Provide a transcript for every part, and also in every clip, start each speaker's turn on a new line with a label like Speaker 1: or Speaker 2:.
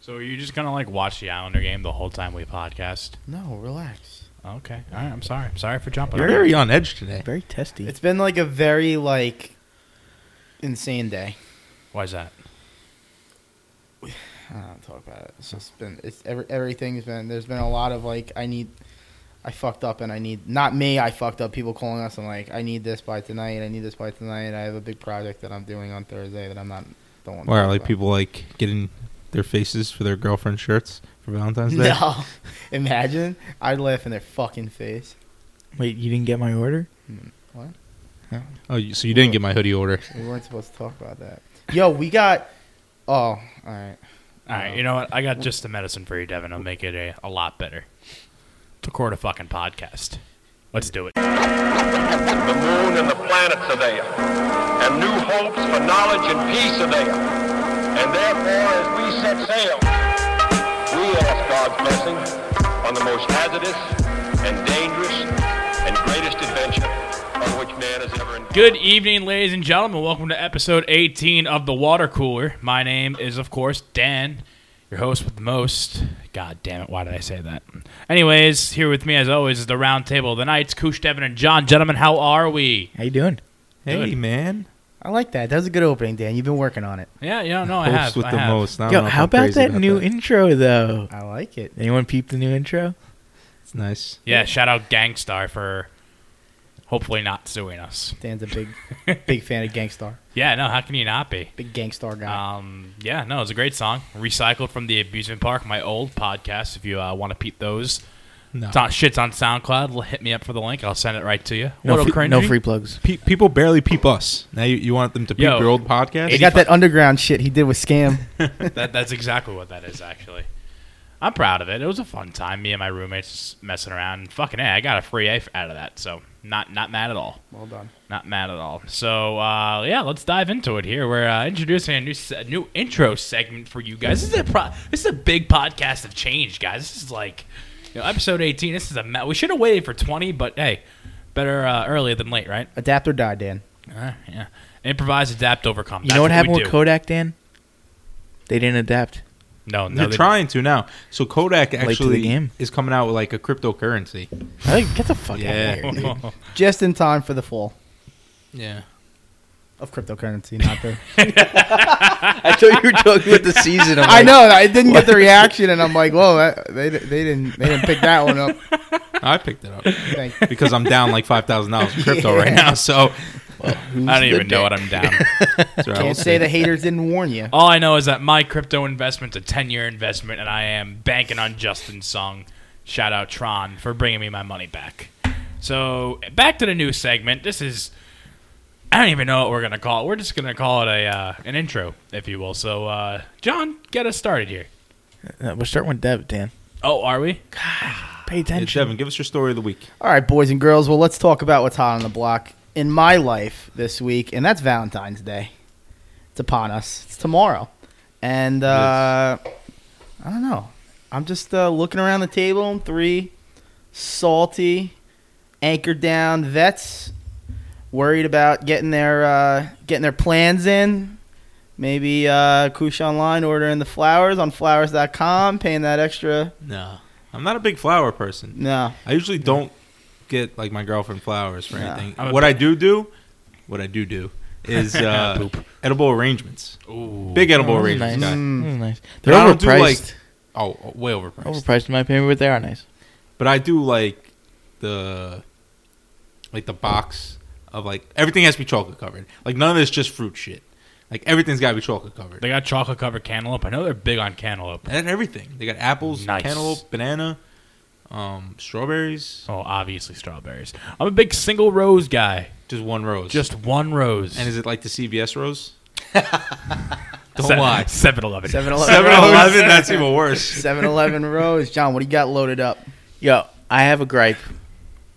Speaker 1: So are you just gonna like watch the Islander game the whole time we podcast?
Speaker 2: No, relax.
Speaker 1: Okay. All right. I'm sorry. I'm sorry for jumping.
Speaker 3: You're
Speaker 1: on
Speaker 3: very on edge today.
Speaker 4: Very testy.
Speaker 2: It's been like a very like insane day.
Speaker 1: Why is that?
Speaker 2: I don't talk about it. It's just been it's every, everything's been there's been a lot of like I need I fucked up and I need not me I fucked up people calling us and like I need this by tonight I need this by tonight I have a big project that I'm doing on Thursday that I'm not don't want to
Speaker 3: Or
Speaker 2: talk
Speaker 3: like
Speaker 2: about.
Speaker 3: people like getting their faces for their girlfriend shirts for Valentine's Day.
Speaker 2: no imagine I'd laugh in their fucking face
Speaker 4: Wait, you didn't get my order?
Speaker 3: Oh, you, so you didn't get my hoodie order.
Speaker 2: we weren't supposed to talk about that yo we got oh all right
Speaker 1: All right. You know what? I got just the medicine for you, Devin. I'll make it a, a lot better. Record a fucking podcast. Let's do it.
Speaker 5: The moon and the planets are there, and new hopes for knowledge and peace are there. And therefore, as we set sail, we ask God's blessing on the most hazardous and dangerous and greatest adventure on which man has ever engaged.
Speaker 1: Good evening, ladies and gentlemen. Welcome to episode 18 of The Water Cooler. My name is, of course, Dan, your host with the most. God damn it, why did I say that? Anyways, here with me, as always, is the round table of the Knights, Koosh, Devin, and John. Gentlemen, how are we?
Speaker 4: How you doing?
Speaker 3: Hey
Speaker 1: Good.
Speaker 3: man,
Speaker 2: I like that that was a good opening Dan you've been working on it
Speaker 1: Yeah, yeah, no, I
Speaker 3: host
Speaker 1: have.
Speaker 3: with
Speaker 1: I
Speaker 3: the
Speaker 1: have.
Speaker 3: most. Oh, I don't
Speaker 4: Yo,
Speaker 3: know if
Speaker 4: how
Speaker 3: I'm
Speaker 4: about
Speaker 3: crazy
Speaker 4: that new intro though?
Speaker 2: I like it
Speaker 4: Anyone peep the new intro?
Speaker 3: It's nice.
Speaker 1: Yeah, shout out Gangstar for hopefully not suing us.
Speaker 2: Dan's a big big fan of Gangstar
Speaker 1: Yeah, no, how can you not be?
Speaker 2: big Gangstar guy.
Speaker 1: Um, yeah, no, it's a great song. Recycled from the Abusement Park, my old podcast. If you uh, want to peep those,
Speaker 3: No.
Speaker 1: It's on, shit's on SoundCloud. L- Hit me up for the link. I'll send it right to you.
Speaker 4: No,
Speaker 1: Little
Speaker 4: free-
Speaker 1: cringy.
Speaker 4: no free plugs.
Speaker 3: Pe- people barely peep us. Now you, you want them to peep
Speaker 1: Yo.
Speaker 3: your old podcast?
Speaker 2: They got that underground shit he did with Scam.
Speaker 1: That, that's exactly what that is. Actually, I'm proud of it. It was a fun time. Me and my roommates just messing around. Fucking a, I got a free A f- out of that. So not not mad at all.
Speaker 2: well done.
Speaker 1: Not mad at all. So uh, yeah, let's dive into it here. We're uh, introducing a new se- new intro segment for you guys. This is a pro- this is a big podcast of change, guys. This is like you know, episode 18. This is a ma- we should have waited for 20, but hey, better uh, early than late, right?
Speaker 2: Adapt or die, Dan.
Speaker 1: Uh, yeah. Improvise, adapt, overcome.
Speaker 4: You
Speaker 1: That's
Speaker 4: know what
Speaker 1: we
Speaker 4: happened with
Speaker 1: do.
Speaker 4: Kodak, Dan? They didn't adapt.
Speaker 1: No, no,
Speaker 3: They're
Speaker 1: they-
Speaker 3: trying to now. So Kodak
Speaker 4: to the
Speaker 3: actually
Speaker 4: game.
Speaker 3: is coming out with like a cryptocurrency.
Speaker 4: I like, get the fuck
Speaker 3: Yeah.
Speaker 4: out of here. dude.
Speaker 2: Just in time for the fall
Speaker 3: Yeah.
Speaker 2: of cryptocurrency, not the.
Speaker 4: I thought you were talking about the season. I'm
Speaker 2: I
Speaker 4: like,
Speaker 2: know. I didn't get the reaction, and I'm like, whoa, that, they they didn't they didn't pick that one up.
Speaker 3: I picked it up
Speaker 2: Thank
Speaker 3: because I'm down like five thousand dollars in crypto right now. So
Speaker 1: I don't even know what I'm down.
Speaker 3: that's right, we'll
Speaker 2: Can't say
Speaker 3: see.
Speaker 2: the haters didn't warn you.
Speaker 1: All I know is that my crypto investment's a 10 year investment, and I am banking on Justin Sung. Shout out Tron for bringing me my money back. So, back to the new segment. This is. I don't even know what we're going to call it. We're just going to call it a uh, an intro, if you will. So, uh, John, get us started here.
Speaker 4: Uh, We're starting with Dev, Dan.
Speaker 1: Oh, are we?
Speaker 4: Pay
Speaker 3: Hey,
Speaker 4: attention.
Speaker 3: Devin, give us your story of the week.
Speaker 2: All right, boys and girls. Well, let's talk about what's hot on the block in my life this week, and that's Valentine's Day. It's upon us. It's tomorrow, and uh, I don't know. I'm just uh, looking around the table. and Three salty, anchored down vets, worried about getting their uh, getting their plans in. Maybe uh, Kush online ordering the flowers on flowers.com, paying that extra.
Speaker 3: No, I'm not a big flower person.
Speaker 2: No,
Speaker 3: I usually don't get like my girlfriend flowers for
Speaker 2: No.
Speaker 3: anything.
Speaker 1: I'm a
Speaker 3: What I do do, what I do do is uh, edible arrangements.
Speaker 1: Ooh. Mm,
Speaker 3: Big edible
Speaker 4: Oh, those are
Speaker 3: arrangements. guy.
Speaker 4: nice. Those are nice.
Speaker 3: But I
Speaker 4: They're
Speaker 3: don't do, like-
Speaker 4: overpriced.
Speaker 3: Oh, oh, way overpriced.
Speaker 4: Overpriced in my opinion, but they are nice.
Speaker 3: But I do like the like the box of like everything has to be chocolate covered. Like none of this just fruit shit. Like everything's got to be chocolate covered.
Speaker 1: They got chocolate covered cantaloupe. I know they're big on cantaloupe.
Speaker 3: and everything. They got apples,
Speaker 1: Nice.
Speaker 3: cantaloupe, banana, um, strawberries,
Speaker 1: Oh, obviously strawberries. I'm a big single rose guy.
Speaker 3: just one rose.
Speaker 1: Just one rose.
Speaker 3: and is it like the CVS rose? Don't
Speaker 1: Se-
Speaker 3: lie.
Speaker 1: 7-Eleven.
Speaker 2: 7-Eleven.
Speaker 3: 7-Eleven, that's even worse.
Speaker 2: 7-Eleven Rose. John, what do you got loaded up?
Speaker 4: Yo, I have a gripe.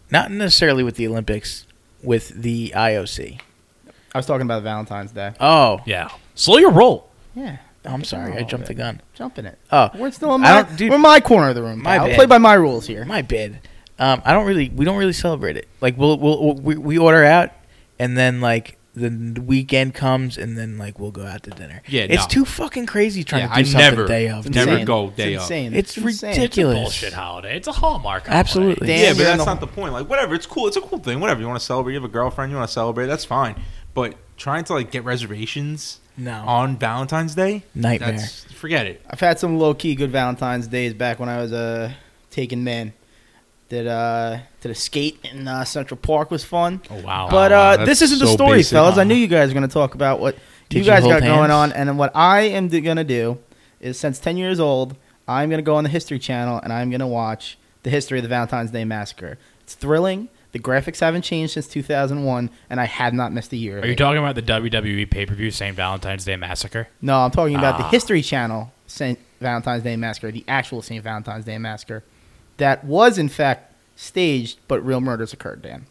Speaker 4: Not necessarily with the Olympics, with the IOC.
Speaker 2: I was talking about Valentine's Day.
Speaker 4: Oh,
Speaker 1: Yeah. Slow your roll.
Speaker 2: Yeah,
Speaker 4: I'm sorry, I jumped the gun.
Speaker 2: jumping it.
Speaker 4: Oh,
Speaker 2: We're still in
Speaker 4: I
Speaker 2: my,
Speaker 4: don't- dude-
Speaker 2: we're in my corner of the room.
Speaker 4: My
Speaker 2: pal.
Speaker 4: bad.
Speaker 2: Play by my rules here.
Speaker 4: my bad. Um, I don't really, we don't really celebrate it. Like we'll, we'll we, we order out, and then like then the weekend comes and then like we'll go out to dinner.
Speaker 3: Yeah,
Speaker 4: it's
Speaker 3: no.
Speaker 4: too fucking crazy trying
Speaker 3: Yeah,
Speaker 4: to
Speaker 3: I
Speaker 4: do something
Speaker 3: never-
Speaker 4: day of.
Speaker 3: It's never
Speaker 4: dude.
Speaker 3: go day
Speaker 2: it's
Speaker 3: off.
Speaker 2: insane.
Speaker 4: It's
Speaker 2: insane.
Speaker 1: It's a
Speaker 4: ridiculous.
Speaker 1: bullshit holiday. It's a Hallmark holiday.
Speaker 4: Absolutely.
Speaker 2: Damn.
Speaker 3: Yeah,
Speaker 2: you're
Speaker 3: but
Speaker 2: in
Speaker 3: that's
Speaker 2: the-
Speaker 3: not the point. Like, whatever, it's cool. It's a cool thing. Whatever you want to celebrate, you have a girlfriend, you want to celebrate. That's fine. But trying to like get reservations
Speaker 4: No.
Speaker 3: on Valentine's Day,
Speaker 4: Nightmare.
Speaker 3: That's, forget it.
Speaker 2: I've had some low key good Valentine's days back when I was a taking man. Did uh did a skate in uh, Central Park was fun.
Speaker 1: Oh wow.
Speaker 2: But
Speaker 3: wow,
Speaker 2: uh,
Speaker 3: that's
Speaker 2: this isn't the
Speaker 3: so
Speaker 2: story,
Speaker 3: basic.
Speaker 2: fellas. I knew you guys were going to talk about what
Speaker 4: Did
Speaker 2: you
Speaker 4: you
Speaker 2: guys
Speaker 4: hold
Speaker 2: got going on,
Speaker 4: hands?
Speaker 2: and then what I am going to do is, since ten years old, I'm going to go on the History Channel and I'm going to watch the history of the Valentine's Day Massacre. It's thrilling. The graphics haven't changed since 2001, and I have not missed a year. of
Speaker 1: Are you
Speaker 2: it.
Speaker 1: talking about the WWE pay per view St. Valentine's Day Massacre?
Speaker 2: No, I'm talking about the
Speaker 1: Ah.
Speaker 2: History Channel St. Valentine's Day Massacre, the actual St. Valentine's Day Massacre, that was in fact staged, but real murders occurred. Dan,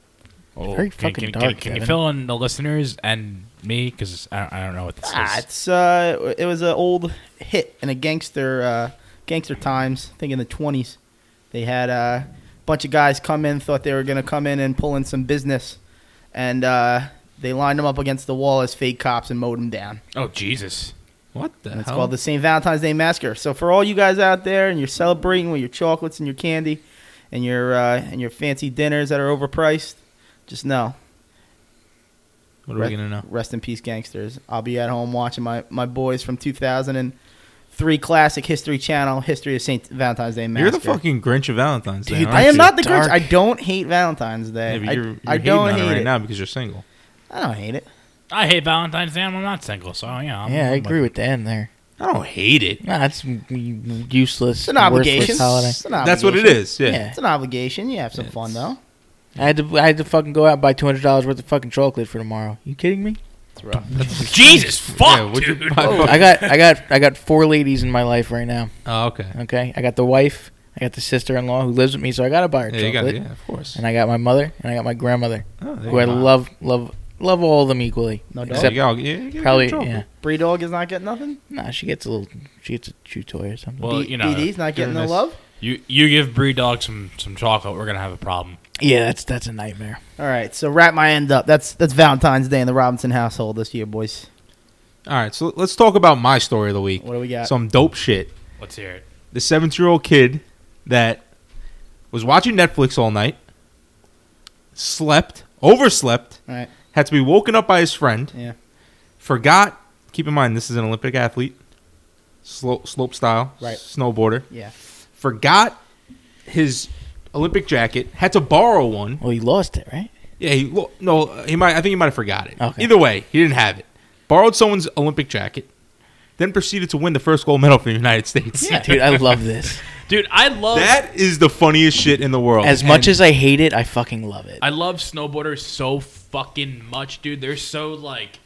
Speaker 1: Oh,
Speaker 4: Very
Speaker 1: can,
Speaker 4: fucking
Speaker 1: can,
Speaker 4: dark,
Speaker 1: Can, can you
Speaker 4: Kevin.
Speaker 1: fill in the listeners and me? Because I, don't- I don't know what this
Speaker 2: ah,
Speaker 1: is.
Speaker 2: it's uh, it was an old hit in a gangster uh, gangster times. I think in the 20s, they had uh, a bunch of guys come in, thought they were gonna come in and pull in some business, and uh, they lined them up against the wall as fake cops and mowed them down.
Speaker 1: Oh Jesus.
Speaker 3: What the
Speaker 2: And it's
Speaker 3: hell?
Speaker 2: called the St. Valentine's Day Massacre. So for all you guys out there and you're celebrating with your chocolates and your candy and your uh, and your fancy dinners that are overpriced, just know,
Speaker 3: what are we gonna know?
Speaker 2: rest in peace, gangsters. I'll be at home watching my, my boys from 2003 classic History Channel, History of St. Valentine's Day Massacre.
Speaker 3: You're the fucking Grinch of Valentine's Day.
Speaker 4: Dude,
Speaker 2: I
Speaker 3: aren't
Speaker 2: am
Speaker 4: so
Speaker 3: you?
Speaker 2: not the Grinch.
Speaker 4: dark.
Speaker 2: I don't hate Valentine's Day.
Speaker 3: Yeah, but
Speaker 2: I,
Speaker 3: you're, you're
Speaker 2: I
Speaker 3: hating
Speaker 2: don't
Speaker 3: on it
Speaker 2: hate
Speaker 3: right
Speaker 2: it.
Speaker 3: now because you're single.
Speaker 2: I don't hate it.
Speaker 1: I hate Valentine's Day. and I'm not single, so yeah. I'm,
Speaker 4: yeah, I
Speaker 1: I'm
Speaker 4: agree with Dan there.
Speaker 3: I don't hate it.
Speaker 4: Nah, it's mm, useless.
Speaker 2: It's an
Speaker 4: worthless
Speaker 2: obligation.
Speaker 4: Holiday.
Speaker 2: It's an
Speaker 3: That's what it
Speaker 2: obligation.
Speaker 3: is. Yeah.
Speaker 4: Yeah.
Speaker 2: It's an obligation. You have some fun
Speaker 3: It's-
Speaker 2: though.
Speaker 4: I had to I had to fucking go out and buy two hundred dollars worth of fucking chocolate for tomorrow. You kidding me?
Speaker 1: with Jesus fuck,
Speaker 3: Yeah, what'd you
Speaker 1: dude.
Speaker 3: buy? Fuck.
Speaker 4: I got I got I got four ladies in my life right now.
Speaker 3: Oh, okay.
Speaker 4: Okay, I got the wife, I got the sister in law who lives with me, so I got to buy her
Speaker 3: Yeah, you
Speaker 4: chocolate,
Speaker 3: got it. Yeah, of course.
Speaker 4: and I got my mother, and I got my grandmother,
Speaker 3: Oh, there
Speaker 4: who I
Speaker 3: you go.
Speaker 4: love love love all of them equally.
Speaker 2: No
Speaker 3: Yeah,
Speaker 2: dog.
Speaker 4: Except
Speaker 3: you got- yeah, you got
Speaker 4: probably
Speaker 3: chocolate.
Speaker 4: yeah.
Speaker 2: Bree dog is not getting nothing.
Speaker 4: Nah, she gets a little she gets a chew toy or something.
Speaker 1: Well,
Speaker 2: D-
Speaker 1: you know,
Speaker 2: DD's not getting
Speaker 3: during
Speaker 2: the
Speaker 3: this-
Speaker 2: love.
Speaker 1: you you give Bree Dog some some chocolate, we're gonna have a problem.
Speaker 4: yeah, that's that's a nightmare.
Speaker 2: All right, so wrap my end up. That's that's Valentine's Day in the Robinson household this year, boys.
Speaker 3: All right, so let's talk about my story of the week.
Speaker 2: What do we got?
Speaker 3: Some dope shit.
Speaker 1: Let's hear it.
Speaker 3: The 17 year old kid that was watching Netflix all night, slept, overslept,
Speaker 2: all right,
Speaker 3: had to be woken up by his friend,
Speaker 2: yeah.
Speaker 3: forgot. Keep in mind, this is an Olympic athlete, slope, slope style,
Speaker 2: Right.
Speaker 3: snowboarder.
Speaker 2: Yeah.
Speaker 3: Forgot his Olympic jacket, had to borrow one.
Speaker 4: Well, you lost it, right?
Speaker 3: Yeah, he, lo- no, he might. I think he might have forgot it.
Speaker 4: Okay.
Speaker 3: Either way, he didn't have it. Borrowed someone's Olympic jacket, then proceeded to win the first gold medal for the United States.
Speaker 4: dude, I love this.
Speaker 1: Dude, I love
Speaker 3: That is the funniest shit in the world.
Speaker 4: As much as I hate it, I fucking love it.
Speaker 1: I love snowboarders so fucking much, dude. They're so like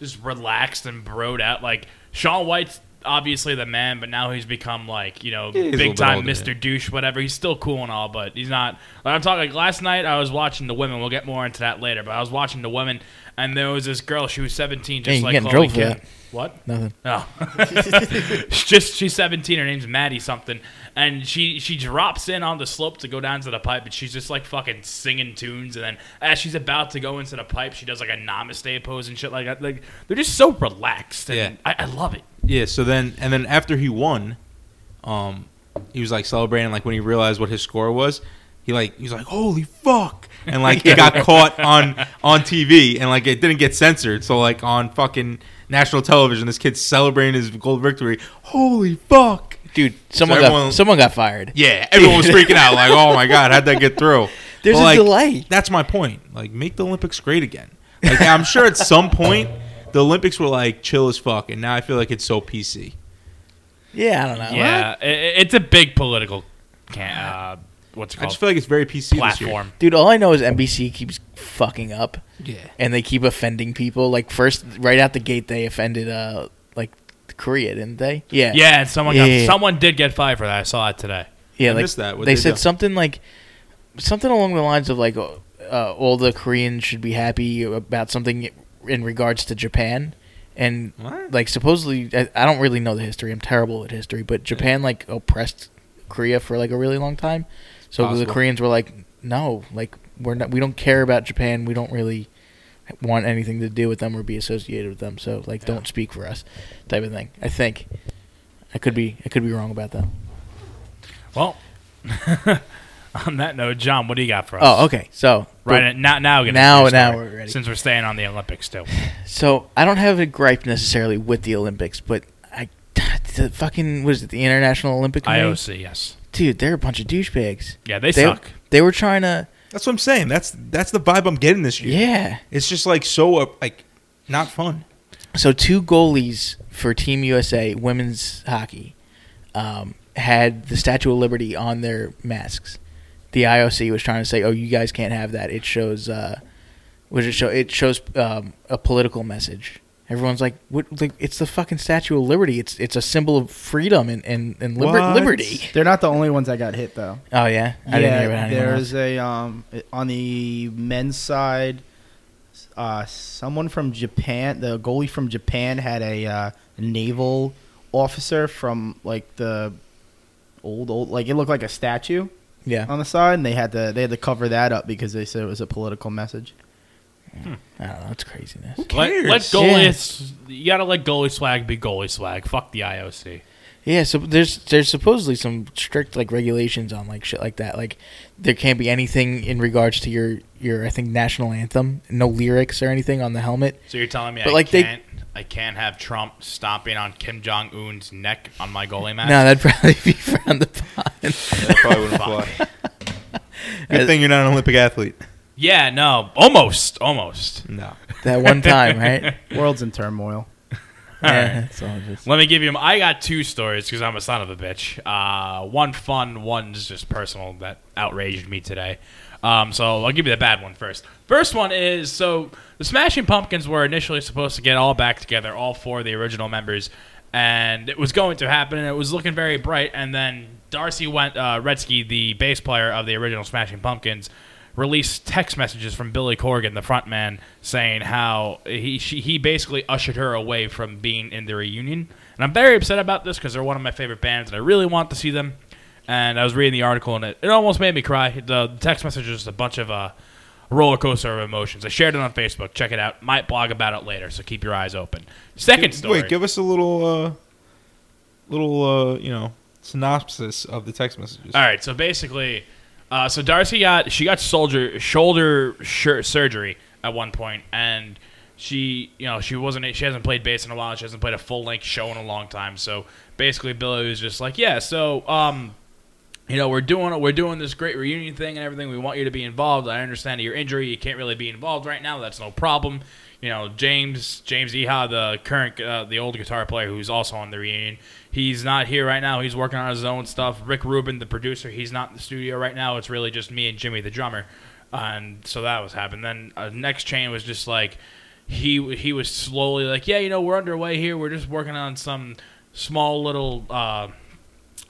Speaker 1: just relaxed and broed out. Like Sean White's obviously the man, but now he's become like you know
Speaker 3: Yeah, he's a little
Speaker 1: big
Speaker 3: bit
Speaker 1: time
Speaker 3: older,
Speaker 1: Mister
Speaker 3: yeah.
Speaker 1: Douche, whatever. He's still cool and all, but he's not. Like I'm talking. Like, last night I was watching the women. We'll get more into that later. But I was watching the women, and there was this girl. She was 17, just
Speaker 4: you
Speaker 1: like
Speaker 4: getting
Speaker 1: Chloe
Speaker 4: drilled for
Speaker 1: Kim.
Speaker 4: that.
Speaker 1: What?
Speaker 4: Nothing.
Speaker 1: Oh, She's just she's 17. Her name's Maddie something, and she she drops in on the slope to go down to the pipe, and she's just like fucking singing tunes. And then as she's about to go into the pipe, she does like a namaste pose and shit like that. Like they're just so relaxed. And
Speaker 3: Yeah.
Speaker 1: I, I love it.
Speaker 3: yeah. So then, and then after he won, um, he was like celebrating. Like when he realized what his score was, he like he was like, "Holy fuck!" And like it got caught on on TV, and like it didn't get censored. So like on fucking national television, this kid's celebrating his gold victory. Holy fuck!
Speaker 4: Dude, someone
Speaker 3: everyone-
Speaker 4: got someone got fired.
Speaker 3: Yeah, everyone was freaking out. Like, oh my god, how'd that get through?
Speaker 4: There's
Speaker 3: But,
Speaker 4: a
Speaker 3: like,
Speaker 4: delay.
Speaker 3: That's my point. Like, make the Olympics great again. Like, I'm sure at some point the Olympics were like chill as fuck, and now I feel like it's so PC.
Speaker 4: Yeah, I don't know.
Speaker 1: Yeah, i- i- it's a big political. Can, uh, what's it
Speaker 3: I
Speaker 1: called?
Speaker 3: just feel like it's very PC
Speaker 1: Platform.
Speaker 4: Dude, all I know is NBC keeps fucking up.
Speaker 3: this year. Yeah.
Speaker 4: and they keep offending people. Like first, right out the gate, they offended uh like Korea, didn't they? Yeah,
Speaker 1: Yeah, and someone
Speaker 4: Yeah,
Speaker 1: got,
Speaker 4: yeah, yeah.
Speaker 1: someone did get fired for that. I saw that today.
Speaker 4: yeah.
Speaker 3: I
Speaker 4: like
Speaker 3: missed that. What'd
Speaker 4: they,
Speaker 3: they
Speaker 4: said
Speaker 3: do?
Speaker 4: something like something along the lines of like uh, all the Koreans should be happy about something in regards to Japan. And
Speaker 3: What?
Speaker 4: like supposedly, I, I don't really know the history. I'm terrible at history, but Japan like oppressed Korea for like a really long time. So the
Speaker 3: Possible.
Speaker 4: Koreans were like, no, like we're not, we don't care about Japan. We don't really want anything to do with them or be associated with them. So like, don't speak for us, type of thing. I think I could be I could be wrong about that.
Speaker 1: Well, on that note, John, what do you got for us?
Speaker 4: Oh, okay. So
Speaker 1: Right in- now, now we're gonna
Speaker 4: Now-
Speaker 1: finish
Speaker 4: now
Speaker 1: our-
Speaker 4: we're ready.
Speaker 1: Since we're staying on the Olympics still,
Speaker 4: So I don't have a gripe necessarily with the Olympics, but I the fucking was it the International Olympic Committee?
Speaker 1: IOC, yes,
Speaker 4: Dude, they're a bunch of douchebags.
Speaker 1: yeah, they, suck.
Speaker 4: They were trying to
Speaker 3: That's what I'm saying. That's that's the vibe I'm getting this year.
Speaker 4: yeah.
Speaker 3: It's just like so uh, like not fun.
Speaker 4: So two goalies for Team USA women's hockey um, had the Statue of Liberty on their masks. The IOC was trying to say, "Oh, you guys can't have that. It shows uh, was it show it shows um, a political message." Everyone's like, "What? Like, it's the fucking Statue of Liberty. It's it's a symbol of freedom and and, and liber-
Speaker 3: What?
Speaker 4: liberty."
Speaker 2: They're not the only ones that got hit though.
Speaker 4: Oh yeah,
Speaker 2: yeah,
Speaker 4: I didn't hear about anyone else.
Speaker 2: there's a um on the men's side, uh, someone from Japan, the goalie from Japan had a uh, naval officer from like the old old like it looked like a statue
Speaker 4: Yeah,
Speaker 2: on the side, and they had to they had to cover that up because they said it was a political message.
Speaker 4: I don't know. It's craziness.
Speaker 1: Let,
Speaker 3: cares?
Speaker 1: let goalies, you gotta let goalie swag be goalie swag. Fuck the IOC.
Speaker 4: Yeah, so there's there's supposedly some strict like regulations on like shit like that. Like there can't be anything in regards to your your I think national anthem, no lyrics or anything on the helmet.
Speaker 1: So you're telling me
Speaker 4: But
Speaker 1: I
Speaker 4: like they-
Speaker 1: can't, I can't have Trump stomping on Kim Jong Un's neck on my goalie mask.
Speaker 4: No, that'd probably be frowned upon.
Speaker 3: That probably wouldn't
Speaker 1: Fuck.
Speaker 3: fly. Good thing you're not an Olympic athlete.
Speaker 1: yeah, no, almost, almost.
Speaker 3: No.
Speaker 4: that one time, right?
Speaker 2: World's in turmoil.
Speaker 4: yeah, it's all just-
Speaker 1: Let me give you. m- I got two stories because I'm a son of a bitch. Uh, one fun, one's just personal that outraged me today. Um, so I'll give you the bad one first. First one is so the Smashing Pumpkins were initially supposed to get all back together, all four of the original members, and it was going to happen, and it was looking very bright. And then Darcy went uh, Redsky, the bass player of the original Smashing Pumpkins, released text messages from Billy Corgan, the frontman, saying how he she, he basically ushered her away from being in the reunion. And I'm very upset about this because they're one of my favorite bands, and I really want to see them. And I was reading the article, and it, it almost made me cry. The, the text message is just a bunch of uh, roller coaster of emotions. I shared it on Facebook. Check it out. Might blog about it later, so keep your eyes open. Second story.
Speaker 3: Wait, give us a little uh little uh, you know, synopsis of the text messages.
Speaker 1: All right, so basically, uh, so Darcy got she got soldier shoulder shir- surgery at one point, and she you know she wasn't she hasn't played bass in a while. She hasn't played a full length show in a long time. So basically, Billy was just like, yeah, so um, you know we're doing we're doing this great reunion thing and everything. We want you to be involved. I understand your injury; you can't really be involved right now. That's no problem. You know, James James Eha, the current uh, the old guitar player who's also on the reunion, he's not here right now. He's working on his own stuff. Rick Rubin, the producer, he's not in the studio right now. It's really just me and Jimmy, the drummer. And so that was happened. Then uh, next chain was just like he he was slowly like, yeah, you know, we're underway here. We're just working on some small little. Uh,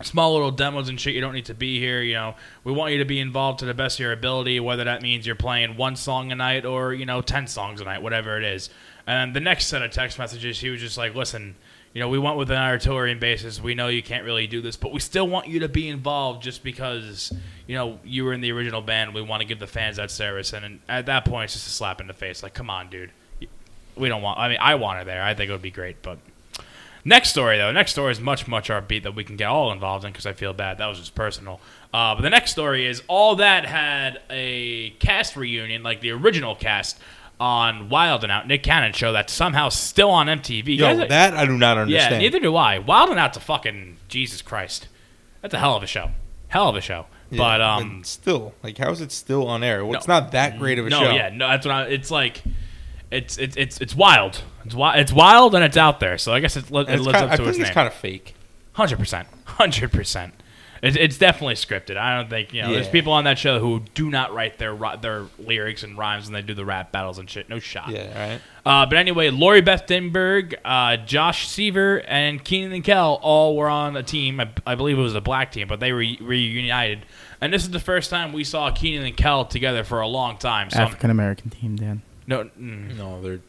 Speaker 1: small little demos and shit. You don't need to be here. You know, we want you to be involved to the best of your ability, whether that means you're playing one song a night or you know ten songs a night, whatever it is. And the next set of text messages, he was just like, "Listen, you know, we went with an Artillery basis. We know you can't really do this, but we still want you to be involved just because you know you were in the original band. We want to give the fans that service." And, and at that point, it's just a slap in the face. Like, come on, dude. We don't want. I mean, I want her there. I think it would be great, but Next story, though. Next story is much, much our beat that we can get all involved in because I feel bad. That was just personal. Uh, but the next story is all that had a cast reunion, like the original cast on Wild and Out, Nick Cannon show that's somehow still on MTV. You
Speaker 3: Yo,
Speaker 1: guys-
Speaker 3: that I do not
Speaker 1: yeah,
Speaker 3: understand.
Speaker 1: neither do I. Wild and Out's a fucking Jesus Christ. That's a hell of a show. Hell of a show.
Speaker 3: Yeah,
Speaker 1: but um,
Speaker 3: still, like, how is it still on air? Well,
Speaker 1: No.
Speaker 3: it's not that great of a
Speaker 1: no,
Speaker 3: show.
Speaker 1: yeah, no, that's what I. It's like, it's it's it's it's wild. It's wild. It's wild and it's out there. So I guess it, li- it
Speaker 3: And it's
Speaker 1: lives
Speaker 3: kind
Speaker 1: up to
Speaker 3: I think
Speaker 1: its name.
Speaker 3: it's kind of fake.
Speaker 1: Hundred percent, hundred percent. It's it's definitely scripted. I don't think you know. There's
Speaker 3: Yeah.
Speaker 1: people on that show who do not write their ri- their lyrics and rhymes, and they do the rap battles and shit. No shot.
Speaker 3: Yeah, right.
Speaker 1: Uh, but anyway, Lori Beth Denberg, uh, Josh Seaver, and Keenan and Kel all were on a team. I, I believe it was a black team, but they re- reunited. And this is the first time we saw Keenan and Kel together for a long time. So I'm-
Speaker 2: African American team, Dan.
Speaker 1: no, mm,
Speaker 3: No, they're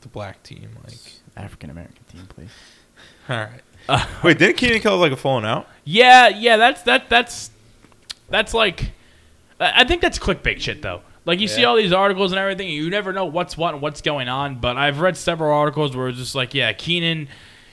Speaker 3: the black team. Like,
Speaker 2: African American team, please.
Speaker 3: all right.
Speaker 1: Uh,
Speaker 3: Wait, didn't Keenan Kell have like a falling out?
Speaker 1: Yeah, yeah, that's that that's that's like I I think that's clickbait shit though. Like you see all these articles and everything, and you never know what's what and what's going on. But I've read several articles where it's just like, yeah, Keenan,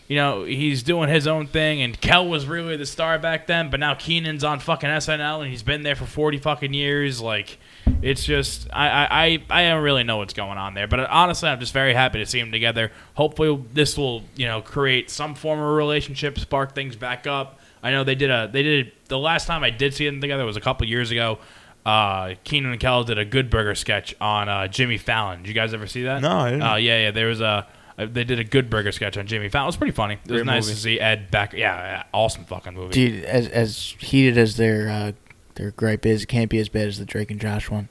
Speaker 1: you know, he's doing his own thing, and Kel was really the star back then, but now Keenan's on fucking SNL and he's been there for forty fucking years. Like, it's just I I I, I don't really know what's going on there. But honestly, I'm just very happy to see them together. Hopefully, this will you know create some form of relationship, spark things back up. I know they did a they did the last time I did see them together was a couple years ago. Uh, Keenan and Kel did a Good Burger sketch on uh, Jimmy Fallon. Did you guys ever see that?
Speaker 3: No, I didn't.
Speaker 1: Uh, yeah, yeah. There was a uh, they did a Good Burger sketch on Jimmy Fallon. It was pretty funny. It was
Speaker 3: Great
Speaker 1: nice
Speaker 3: movie.
Speaker 1: to see Ed back. Yeah, yeah, awesome fucking movie.
Speaker 4: Dude, as as heated as their uh, their gripe is, it can't be as bad as the Drake and Josh one.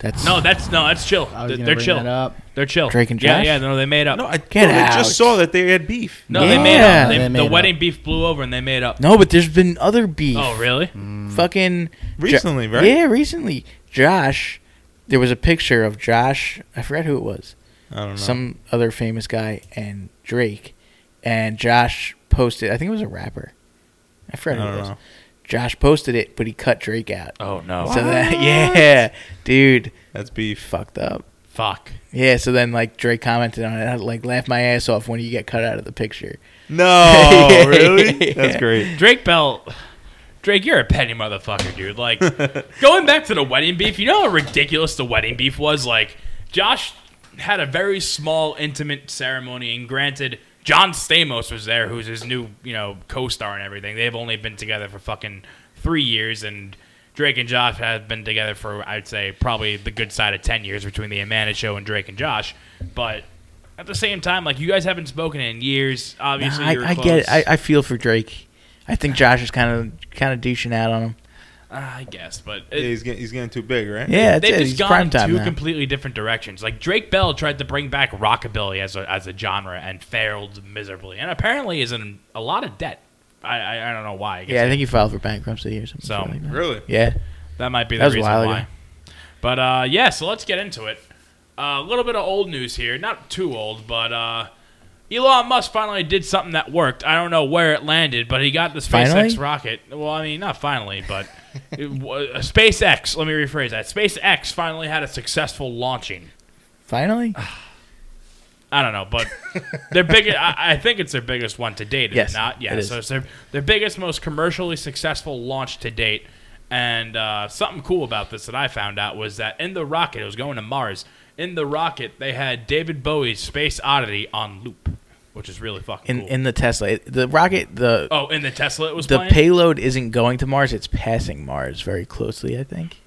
Speaker 4: That's
Speaker 1: No, that's no, that's chill.
Speaker 2: I was
Speaker 1: They're,
Speaker 2: gonna
Speaker 1: they're
Speaker 2: bring
Speaker 1: chill.
Speaker 2: that up.
Speaker 1: They're chill.
Speaker 4: Drake and
Speaker 1: yeah,
Speaker 4: Josh?
Speaker 1: yeah. No, they made up.
Speaker 3: No,
Speaker 1: No,
Speaker 3: I,
Speaker 4: Get
Speaker 3: no, I
Speaker 4: out.
Speaker 3: just saw that they had beef.
Speaker 1: they made
Speaker 4: Yeah.
Speaker 1: up. They,
Speaker 2: They
Speaker 1: the
Speaker 2: made up.
Speaker 1: wedding beef blew over, and they made up.
Speaker 4: no, but there's been other beef.
Speaker 1: Oh, really?
Speaker 2: Mm.
Speaker 4: fucking Jo-
Speaker 3: Mm. Recently, right?
Speaker 4: Yeah, recently. Josh, there was a picture of Josh. I forgot who it was.
Speaker 3: I don't know.
Speaker 4: Some other famous guy and Drake, and Josh posted. I think it was a rapper. I
Speaker 3: I
Speaker 4: forgot who
Speaker 3: don't
Speaker 4: it was.
Speaker 3: know.
Speaker 4: Josh posted it, but he cut Drake out.
Speaker 1: Oh no!
Speaker 4: So that yeah, dude,
Speaker 3: That's beef.
Speaker 4: fucked up.
Speaker 1: Fuck.
Speaker 4: Yeah, so then like Drake commented on it, I like laughed my ass off when you get cut out of the picture.
Speaker 3: No,
Speaker 4: really?
Speaker 3: That's great.
Speaker 1: Drake Bell. Drake, you're a petty motherfucker, dude. Like, going back to the wedding beef, you know how ridiculous the wedding beef was? Like, Josh had a very small, intimate ceremony, and granted, John Stamos was there, who's his new, you know, co star and everything. They've only been together for fucking three years, and Drake and Josh have been together for, I'd say, probably the good side of 10 years between the Amanda show and Drake and Josh. But at the same time, like, you guys haven't spoken in years. Obviously,
Speaker 4: I,
Speaker 1: you were
Speaker 4: I
Speaker 1: close.
Speaker 4: get it. I, I feel for Drake. I think Josh is kind of kind of douching out on him.
Speaker 1: Ah, I guess, but
Speaker 3: Yeah,
Speaker 1: it,
Speaker 3: he's getting he's getting too big, right?
Speaker 4: Yeah, that's
Speaker 1: they've
Speaker 4: it.
Speaker 1: just
Speaker 4: He's
Speaker 1: gone
Speaker 4: prime time
Speaker 1: two
Speaker 4: now.
Speaker 1: completely different directions. Like Drake Bell tried to bring back rockabilly as a as a genre and failed miserably, and apparently is in a lot of debt. I I, I don't know why. I guess
Speaker 4: yeah, I think he filed for bankruptcy or something.
Speaker 1: So,
Speaker 4: like that.
Speaker 3: Really?
Speaker 4: yeah,
Speaker 1: that might be the
Speaker 4: That was a
Speaker 1: reason
Speaker 4: while ago.
Speaker 1: why. But uh, yeah, so let's get into it. Uh, A little bit of old news here, not too old, but uh, Elon Musk finally did something that worked. I don't know where it landed, but he got the SpaceX
Speaker 4: Finally?
Speaker 1: rocket. Well, I mean, not finally, but it, wa- SpaceX. Let me rephrase that. SpaceX finally had a successful launching.
Speaker 4: finally.
Speaker 1: Ah, I don't know, but their biggest. I, I think it's their biggest one to date. Is
Speaker 4: Yes,
Speaker 1: it not? Yeah.
Speaker 4: it is.
Speaker 1: So it's their their biggest, most commercially successful launch to date. And uh, something cool about this that I found out was that in the rocket, it was going to Mars. In the rocket, they had David Bowie's Space Oddity on loop, which is really fucking
Speaker 4: In
Speaker 1: cool.
Speaker 4: in the Tesla, It- the rocket, the
Speaker 1: oh, in the Tesla, it was
Speaker 4: the
Speaker 1: playing.
Speaker 4: payload isn't going to Mars. It's passing Mars very closely. I think.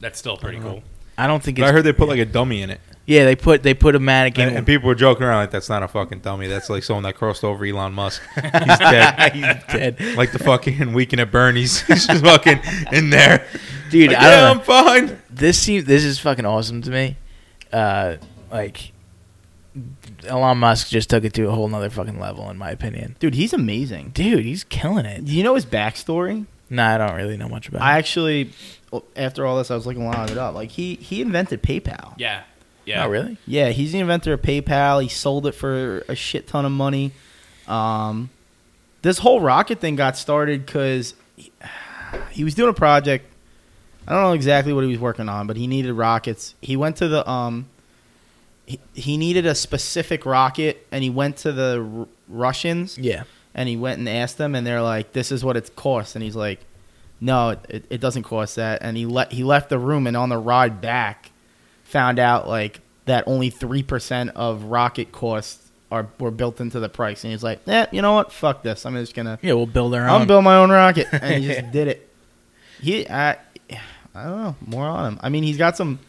Speaker 1: That's still pretty
Speaker 4: Uh-huh.
Speaker 1: cool.
Speaker 4: I don't think.
Speaker 3: But
Speaker 4: It's,
Speaker 3: I heard they put like a dummy in it,
Speaker 4: Yeah, they put they put a mannequin.
Speaker 3: and, and people were joking around like that's not a fucking dummy. That's like someone that crossed over Elon Musk. He's dead.
Speaker 4: He's dead.
Speaker 3: like the fucking weekend at Bernie's. He's just fucking in there.
Speaker 4: Dude,
Speaker 3: Like,
Speaker 4: I don't
Speaker 3: yeah,
Speaker 4: know.
Speaker 3: I'm fine.
Speaker 4: this seems this is fucking awesome to me. Uh, like Elon Musk just took it to a whole nother fucking level, in my opinion.
Speaker 2: Dude, he's amazing.
Speaker 4: Dude, he's killing
Speaker 2: Do
Speaker 4: it.
Speaker 2: you know his backstory?
Speaker 4: Nah, I don't really know much about.
Speaker 2: I
Speaker 4: it.
Speaker 2: actually, after all this, I was looking a lot of it up. Like he he invented PayPal.
Speaker 1: Yeah. Yeah.
Speaker 4: Oh, really?
Speaker 2: Yeah, he's the inventor of PayPal. He sold it for a shit ton of money. Um, this whole rocket thing got started because he, he was doing a project. I don't know exactly what he was working on, but he needed rockets. He went to the um, he, he needed a specific rocket, and he went to the R- Russians
Speaker 4: Yeah.
Speaker 2: and he went and asked them, and they're like, "This is what it costs," and he's like, "No, it- it, it doesn't cost that." And he let he left the room, and on the ride back, found out like that only three percent of rocket costs are were built into the price, and he's like, "Eh, you know what? Fuck this. I'm just gonna
Speaker 4: Yeah, we'll build our
Speaker 2: I'm
Speaker 4: own.
Speaker 2: build my own rocket," and he just did it. He, I, I don't know. More on him. I mean, he's got some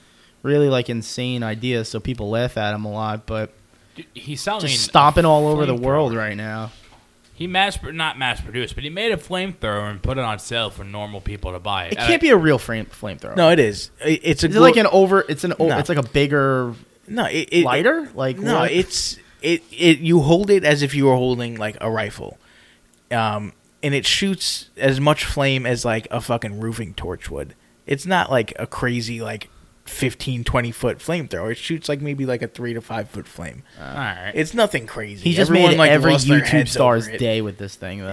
Speaker 2: really like insane ideas, so people laugh at him a lot, but
Speaker 1: Dude, he's selling.
Speaker 2: just
Speaker 1: a
Speaker 2: stomping all over the
Speaker 1: flamethrower.
Speaker 2: world right now.
Speaker 1: He mass, pro- not mass produced, but he made a flamethrower and put it on sale for normal people to buy it.
Speaker 2: It can't be a real frame flamethrower.
Speaker 4: no, it is. It- it's a
Speaker 2: Is it
Speaker 4: glo-
Speaker 2: like an over? It's an. o-
Speaker 4: No.
Speaker 2: It's like a bigger
Speaker 4: no it, it,
Speaker 2: lighter. Like
Speaker 4: no,
Speaker 2: what?
Speaker 4: it's it, it. You hold it as if you were holding like a rifle, um, and it shoots as much flame as like a fucking roofing torch would. It's not like a crazy like 15, 20 foot flamethrower. It shoots like maybe like a three to five foot flame.
Speaker 1: Uh, All right.
Speaker 4: It's nothing crazy.
Speaker 2: he just
Speaker 4: Everyone,
Speaker 2: made
Speaker 4: like,
Speaker 2: every
Speaker 4: lost their
Speaker 2: YouTube
Speaker 4: heads
Speaker 2: star's
Speaker 4: over it.
Speaker 2: day with this thing though.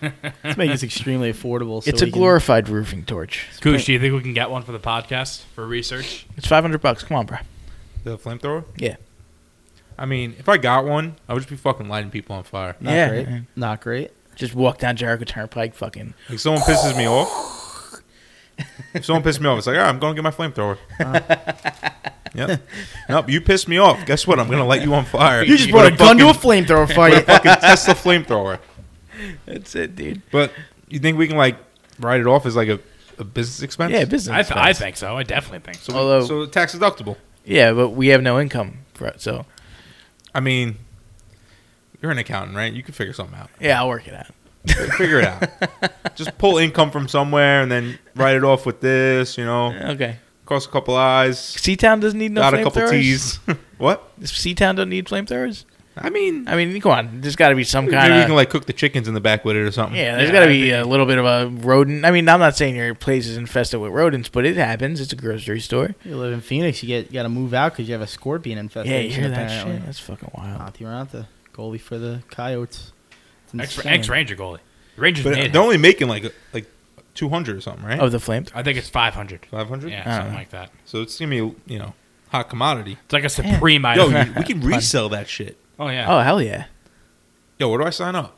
Speaker 4: Yeah.
Speaker 2: Let's make this extremely affordable. So
Speaker 4: it's a
Speaker 2: we can-
Speaker 4: glorified roofing torch.
Speaker 1: Gooch, do you think we can get one for the podcast for research?
Speaker 4: It's five hundred bucks. Come on, bro.
Speaker 3: The flamethrower?
Speaker 4: Yeah.
Speaker 3: I mean, if I got one, I would just be fucking lighting people on fire.
Speaker 2: Not
Speaker 4: Yeah.
Speaker 2: great. Not great.
Speaker 4: Just walk down Jericho Turnpike, fucking.
Speaker 3: Like someone pisses me off. If someone pisses me off, it's like, all right, I'm going to get my flamethrower. yep. Nope, you pissed me off. Guess what? I'm going to light you on fire.
Speaker 2: You just
Speaker 3: With
Speaker 2: brought a gun to a
Speaker 3: fucking-
Speaker 2: flamethrower
Speaker 3: with a
Speaker 2: fight.
Speaker 3: fucking Tesla flamethrower.
Speaker 4: That's it, dude.
Speaker 3: But you think we can like write it off as like a, a business expense?
Speaker 4: Yeah, business.
Speaker 1: I, th- I
Speaker 4: expense.
Speaker 1: think so. I definitely think so.
Speaker 3: So, we-
Speaker 4: Although-
Speaker 3: so tax deductible.
Speaker 4: yeah, but we have no income for it, so
Speaker 3: I mean, you're an accountant, right? You can figure something out.
Speaker 4: yeah, I'll work it out.
Speaker 3: Figure it out. Just pull income from somewhere and then write it off with this. You know,
Speaker 4: Okay.
Speaker 3: cost a couple eyes,
Speaker 4: Seatown doesn't need no
Speaker 3: got a couple
Speaker 4: flamethrowers.
Speaker 3: T's. what?
Speaker 4: Seatown don't need flamethrowers.
Speaker 3: I mean,
Speaker 4: I mean, come on. There's got to be some kind
Speaker 3: maybe you
Speaker 4: of
Speaker 3: can like cook the chickens in the back with it or something.
Speaker 4: Yeah, there's
Speaker 1: Yeah,
Speaker 4: got to
Speaker 1: I
Speaker 4: be a little bit of a rodent. I mean, I'm not saying your place is infested with rodents, but it happens. It's a grocery store.
Speaker 2: you live in Phoenix. You get got to move out because you have a scorpion infestation.
Speaker 4: yeah, you hear that shit?
Speaker 2: apparently.
Speaker 4: That's fucking wild.
Speaker 2: Monty Moranta, goalie for the Coyotes. It's
Speaker 1: Ex
Speaker 2: insane.
Speaker 1: Ranger goalie. Rangers
Speaker 3: but uh,
Speaker 1: need
Speaker 3: they're
Speaker 1: him.
Speaker 3: only making like like two hundred or something, right?
Speaker 4: Oh, the flamethrowers.
Speaker 1: I think it's 500.
Speaker 3: Five hundred.
Speaker 1: Yeah,
Speaker 4: Oh.
Speaker 1: something like that.
Speaker 3: So it's gonna be you know hot commodity.
Speaker 1: It's like a supreme
Speaker 3: Yo,
Speaker 1: item.
Speaker 3: you- we can resell that shit.
Speaker 1: oh, yeah.
Speaker 4: Oh, hell yeah.
Speaker 3: Yo, where do I sign up?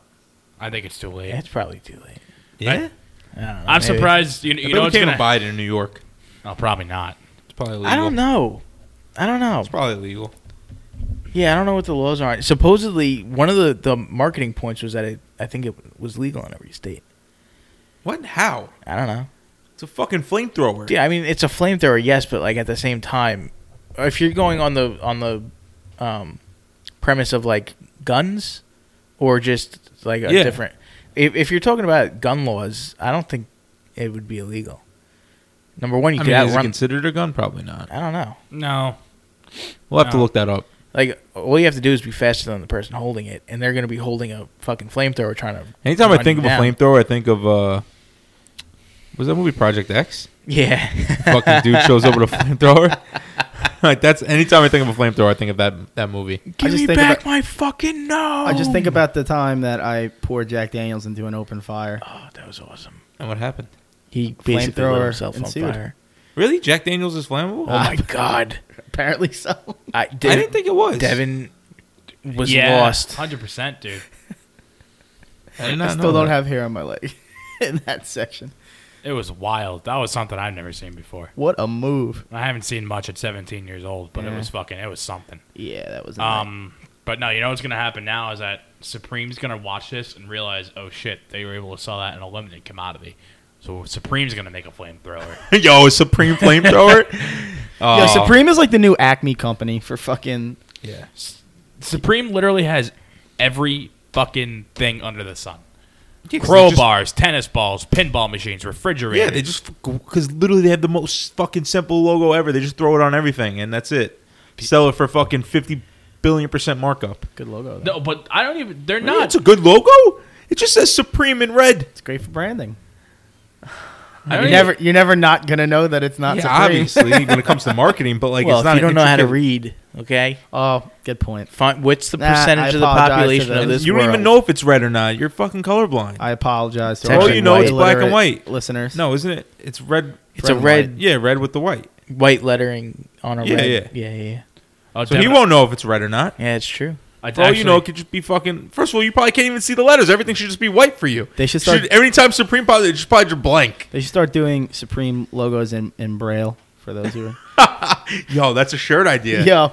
Speaker 1: I think it's too late.
Speaker 4: That's probably too late.
Speaker 1: Yeah?
Speaker 4: I don't know,
Speaker 1: I'm
Speaker 4: maybe.
Speaker 1: surprised. You, you
Speaker 3: You
Speaker 1: know
Speaker 3: know,
Speaker 1: what's
Speaker 3: we can't
Speaker 1: going to...
Speaker 3: buy it in New York.
Speaker 1: Oh, probably not.
Speaker 3: It's probably illegal.
Speaker 4: I don't know. I don't know.
Speaker 3: It's probably illegal.
Speaker 4: Yeah, I don't know what the laws are. Supposedly, one of the, the marketing points was that it, I think it was legal in every state.
Speaker 3: What? How?
Speaker 4: I don't know.
Speaker 3: It's a fucking flamethrower.
Speaker 4: Yeah, I mean, it's a flamethrower, yes, but like at the same time, if you're going on the on the um, premise of like guns or just like a
Speaker 3: Yeah.
Speaker 4: different, if, if you're talking about gun laws, I don't think it would be illegal. Number one, you
Speaker 3: I
Speaker 4: could
Speaker 3: mean, is it
Speaker 4: outrun.
Speaker 3: considered a gun? Probably not.
Speaker 4: I don't know.
Speaker 1: No.
Speaker 3: We'll have to
Speaker 1: No.
Speaker 3: look that up.
Speaker 4: Like all you have to do is be faster than the person holding it, and they're going to be holding a fucking flamethrower trying to.
Speaker 3: Anytime I
Speaker 4: run
Speaker 3: think
Speaker 4: you
Speaker 3: of a
Speaker 4: down.
Speaker 3: flamethrower, I think of uh, was that movie Project X?
Speaker 4: Yeah.
Speaker 3: fucking dude shows up with a flamethrower. like that's anytime I think of a flamethrower, I think of that that movie.
Speaker 4: Give
Speaker 2: just
Speaker 4: me
Speaker 2: think
Speaker 4: back
Speaker 2: about-
Speaker 4: my fucking no.
Speaker 2: I just think about the time that I poured Jack Daniels into an open fire.
Speaker 4: Oh, that was awesome.
Speaker 3: And what happened?
Speaker 4: He basically lit
Speaker 2: Flamethrower
Speaker 4: himself on
Speaker 2: ensued.
Speaker 4: fire.
Speaker 3: Really, Jack Daniels is flammable?
Speaker 4: Oh my god.
Speaker 2: Uh, Apparently so.
Speaker 4: I,
Speaker 3: Ah. I didn't think it was.
Speaker 4: Devin was
Speaker 1: yeah,
Speaker 4: lost.
Speaker 1: 100%, dude.
Speaker 3: I, did
Speaker 2: I
Speaker 3: not
Speaker 2: still
Speaker 3: know
Speaker 2: don't
Speaker 3: that.
Speaker 2: have hair on my leg in that section.
Speaker 1: It was wild. That was something I've never seen before.
Speaker 2: What a move.
Speaker 1: I haven't seen much at 17 years old, but it
Speaker 2: Yeah.
Speaker 1: was fucking... It was something.
Speaker 2: Yeah, that was um,
Speaker 1: Um, but no, you know what's gonna happen now is that Supreme's gonna watch this and realize, oh shit, they were able to sell that in a limited commodity. So Supreme's gonna make a flamethrower.
Speaker 3: Yo, a Supreme flamethrower. oh,
Speaker 2: Yo, Supreme is like the new Acme company for fucking
Speaker 3: Yeah.
Speaker 1: Supreme literally has every fucking thing under the sun:
Speaker 3: 'cause they just-
Speaker 1: crowbars, tennis balls, pinball machines, refrigerators.
Speaker 3: Yeah, they just because literally they have the most fucking simple logo ever. They just throw it on everything, and that's it. Sell it for fucking fifty billion percent markup.
Speaker 2: good logo. Though.
Speaker 1: no, but I don't even. They're
Speaker 3: No,
Speaker 1: not.
Speaker 3: it's a good logo. It just says Supreme in red.
Speaker 2: It's great for branding.
Speaker 1: I
Speaker 2: You're
Speaker 1: don't
Speaker 2: never you're never not gonna know that it's not
Speaker 3: yeah,
Speaker 2: Supreme.
Speaker 3: obviously when it comes to marketing, but like
Speaker 4: well,
Speaker 3: it's
Speaker 4: if
Speaker 3: not.
Speaker 4: you
Speaker 3: an
Speaker 4: don't know how to
Speaker 3: intricate-
Speaker 4: read, okay?
Speaker 2: Oh, good point.
Speaker 4: Find, what's the
Speaker 2: Nah, I
Speaker 4: percentage of the
Speaker 2: apologize to
Speaker 4: population
Speaker 2: the-
Speaker 4: of this
Speaker 3: You don't even
Speaker 4: world?
Speaker 3: know if it's red or not. You're fucking colorblind.
Speaker 2: I apologize to
Speaker 4: It's
Speaker 2: all
Speaker 4: actually
Speaker 2: you
Speaker 4: white.
Speaker 2: know
Speaker 4: It's
Speaker 3: black and white.
Speaker 2: listeners.
Speaker 3: no, isn't it? It's red.
Speaker 4: It's a
Speaker 2: Red and
Speaker 4: red,
Speaker 3: Yeah, red with the white.
Speaker 4: white lettering on a
Speaker 3: Yeah,
Speaker 4: red. Yeah, yeah, yeah.
Speaker 1: Oh,
Speaker 3: So he
Speaker 1: definitely.
Speaker 3: won't know if it's red or not.
Speaker 4: Yeah, it's true.
Speaker 1: I
Speaker 3: For all you know, it
Speaker 1: actually-
Speaker 3: could just be fucking. First of all, you probably can't even see the letters. Everything should just be white for you.
Speaker 2: They should start-
Speaker 3: every time Supreme pops, it should probably just blank.
Speaker 2: They should start doing Supreme logos in, in Braille for those who are
Speaker 3: Yo, that's a shirt idea.
Speaker 2: Yo.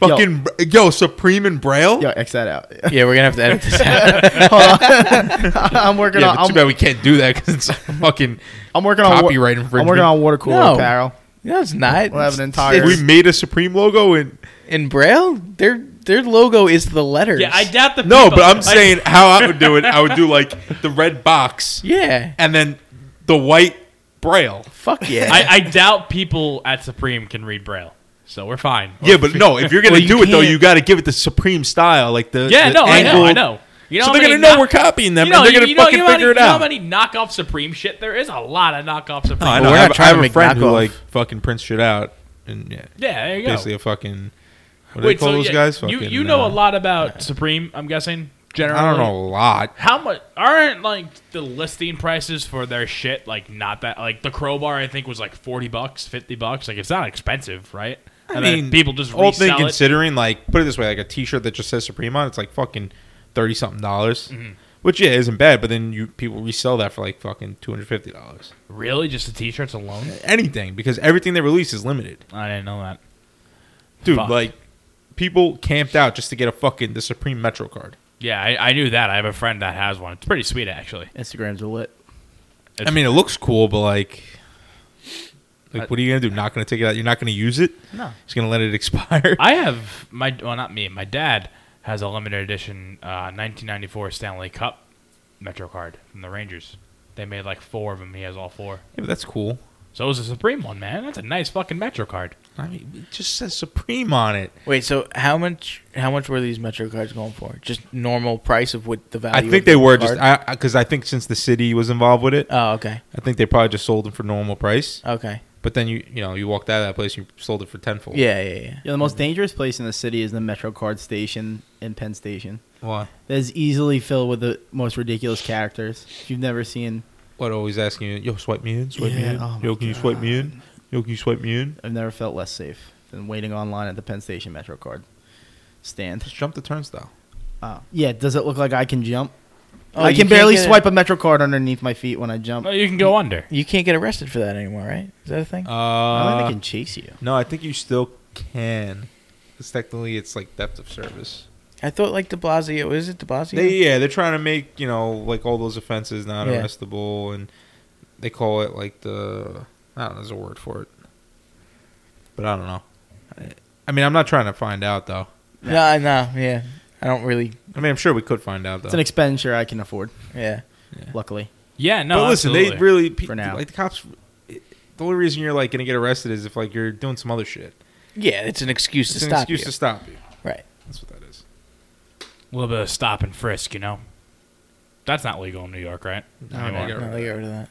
Speaker 3: Fucking br- yo, Supreme in Braille.
Speaker 2: Yo, X that out.
Speaker 4: Yeah, we're going to have to edit this out.
Speaker 2: I'm working
Speaker 3: Yeah,
Speaker 2: on
Speaker 3: but too
Speaker 2: I'm,
Speaker 3: bad we can't do that because it's fucking.
Speaker 2: I'm working on wa-
Speaker 3: copyright
Speaker 2: I'm
Speaker 3: infringement.
Speaker 2: working on water cooler
Speaker 4: No.
Speaker 2: apparel.
Speaker 4: no, it's not.
Speaker 2: We'll have an
Speaker 4: It's-
Speaker 2: entire-
Speaker 4: it's-
Speaker 3: We made a Supreme logo and
Speaker 4: in Braille, their their logo is the letters.
Speaker 1: Yeah, I doubt the.
Speaker 3: no,
Speaker 1: people-
Speaker 3: but I'm
Speaker 1: like,
Speaker 3: saying how I would do it. I would do like the red box
Speaker 4: Yeah.
Speaker 3: and then the white Braille.
Speaker 4: Fuck yeah.
Speaker 1: I, I doubt people at Supreme can read Braille, so we're fine.
Speaker 3: Yeah, but no, if you're gonna
Speaker 4: Well, you
Speaker 3: do it though,
Speaker 4: can't-
Speaker 3: you got to give it the supreme style, like the
Speaker 1: Yeah,
Speaker 3: the
Speaker 1: no, I know, I
Speaker 3: angled-
Speaker 1: know. You
Speaker 3: so
Speaker 1: how
Speaker 3: they're
Speaker 1: many
Speaker 3: gonna know
Speaker 1: knock-
Speaker 3: we're copying them,
Speaker 1: You know,
Speaker 3: and they're
Speaker 1: you-
Speaker 3: gonna
Speaker 1: you know-
Speaker 3: fucking
Speaker 1: you know how
Speaker 3: figure it
Speaker 1: many-
Speaker 3: out.
Speaker 1: You know how many knockoff Supreme shit there is? A lot of knockoff Supreme.
Speaker 3: I
Speaker 4: know. We're
Speaker 3: I
Speaker 4: not
Speaker 3: have,
Speaker 4: trying
Speaker 3: I have
Speaker 4: to
Speaker 3: a
Speaker 4: make
Speaker 3: friend who
Speaker 4: knockoff.
Speaker 3: like fucking prints shit out, and yeah,
Speaker 1: Yeah, there you go.
Speaker 3: basically a fucking what do they call those
Speaker 1: yeah,
Speaker 3: guys?
Speaker 1: You
Speaker 3: Fucking,
Speaker 1: you know
Speaker 3: uh,
Speaker 1: a lot about Supreme, I'm guessing. Generally,
Speaker 3: I don't know a lot.
Speaker 1: How much aren't like the listing prices for their shit like not that like the crowbar I think was like forty bucks, fifty bucks. Like it's not expensive, right?
Speaker 3: I
Speaker 1: and
Speaker 3: mean,
Speaker 1: then people just
Speaker 3: all thing
Speaker 1: resell it.
Speaker 3: considering, like, put it this way, like a T-shirt that just says Supreme on, it, it's like fucking thirty something dollars,
Speaker 1: Mm-hmm.
Speaker 3: which yeah isn't bad. But then you people resell that for like fucking two hundred fifty dollars.
Speaker 1: really, just the t-shirts alone.
Speaker 3: Anything because everything they release is limited,
Speaker 1: I didn't know that.
Speaker 3: dude.
Speaker 1: Fuck.
Speaker 3: Like, people camped out just to get a fucking the Supreme Metro card.
Speaker 1: Yeah, I, I knew that. I have a friend that has one. It's pretty sweet, actually.
Speaker 2: Instagrams are lit.
Speaker 3: I mean, it looks cool, but like, like, what are you gonna do? Not gonna take it out? You're not gonna use it?
Speaker 2: No.
Speaker 3: Just gonna let it expire?
Speaker 1: I have my well, not me. My dad has a limited edition uh, 1994 Stanley Cup Metro card from the Rangers. They made like four of them. He has all four.
Speaker 3: Yeah, but that's cool.
Speaker 1: So it was a Supreme one, man. That's a nice fucking Metro card.
Speaker 3: I mean, it just says Supreme on it.
Speaker 4: Wait, so how much how much were these Metro cards going for? Just normal price of what the
Speaker 3: I
Speaker 4: value?
Speaker 3: think
Speaker 4: of
Speaker 3: they
Speaker 4: the
Speaker 3: were
Speaker 4: card?
Speaker 3: just because I, think since the city was involved with it,
Speaker 4: oh, okay,
Speaker 3: I think they probably just sold them for normal price.
Speaker 4: okay,
Speaker 3: But then you you know you walked out of that place, you sold it for tenfold.
Speaker 4: yeah, yeah, yeah.
Speaker 2: You know, the
Speaker 3: Mm.
Speaker 2: most dangerous place in the city is the MetroCard station in Penn Station.
Speaker 3: Why?
Speaker 2: That is easily filled with the most ridiculous characters you've never seen.
Speaker 3: What? Always asking you, yo, swipe me in, swipe me
Speaker 2: Yeah,
Speaker 3: in,
Speaker 2: oh my
Speaker 3: yo, can you swipe me in, yo, can you swipe me in?
Speaker 2: I've never felt less safe than waiting online at the Penn Station MetroCard stand.
Speaker 3: Just jump the turnstile.
Speaker 2: Oh. Yeah, does it look like I can jump?
Speaker 4: Oh,
Speaker 2: I
Speaker 4: you
Speaker 2: can
Speaker 4: can't
Speaker 2: barely
Speaker 4: get-
Speaker 2: swipe a MetroCard underneath my feet when I
Speaker 3: Um,
Speaker 2: jump.
Speaker 1: No, you can go under.
Speaker 4: You can't get arrested for that anymore, right? Is that a thing?
Speaker 3: Uh,
Speaker 2: I don't think it can chase you.
Speaker 3: no, I think you still can. Because technically, it's like depth of service.
Speaker 4: I thought like De Blasio. Is it De Blasio?
Speaker 3: They yeah, they're trying to make you know like all those offenses not
Speaker 4: Yeah.
Speaker 3: arrestable, and they call it like the I don't know, there's a word for it, but I don't know. I- I mean, I'm not trying to find out though.
Speaker 4: no, no, yeah. I don't really.
Speaker 3: I mean, I'm sure we could find out though.
Speaker 2: It's an expenditure I can afford,
Speaker 4: Yeah.
Speaker 2: luckily.
Speaker 1: Yeah, no.
Speaker 3: but listen,
Speaker 1: absolutely.
Speaker 3: they really pe-
Speaker 2: For now.
Speaker 3: like the cops. it- the only reason you're like gonna get arrested is if like you're doing some other shit.
Speaker 4: Yeah, it's an excuse
Speaker 3: It's
Speaker 4: to
Speaker 3: an
Speaker 4: stop
Speaker 3: excuse
Speaker 4: you.
Speaker 3: to stop you.
Speaker 4: Right.
Speaker 3: That's what that is.
Speaker 1: a little bit of stop and frisk, you know. That's not legal in New York, right?
Speaker 3: No,
Speaker 1: Anymore.
Speaker 3: no,
Speaker 4: No, they get rid of that.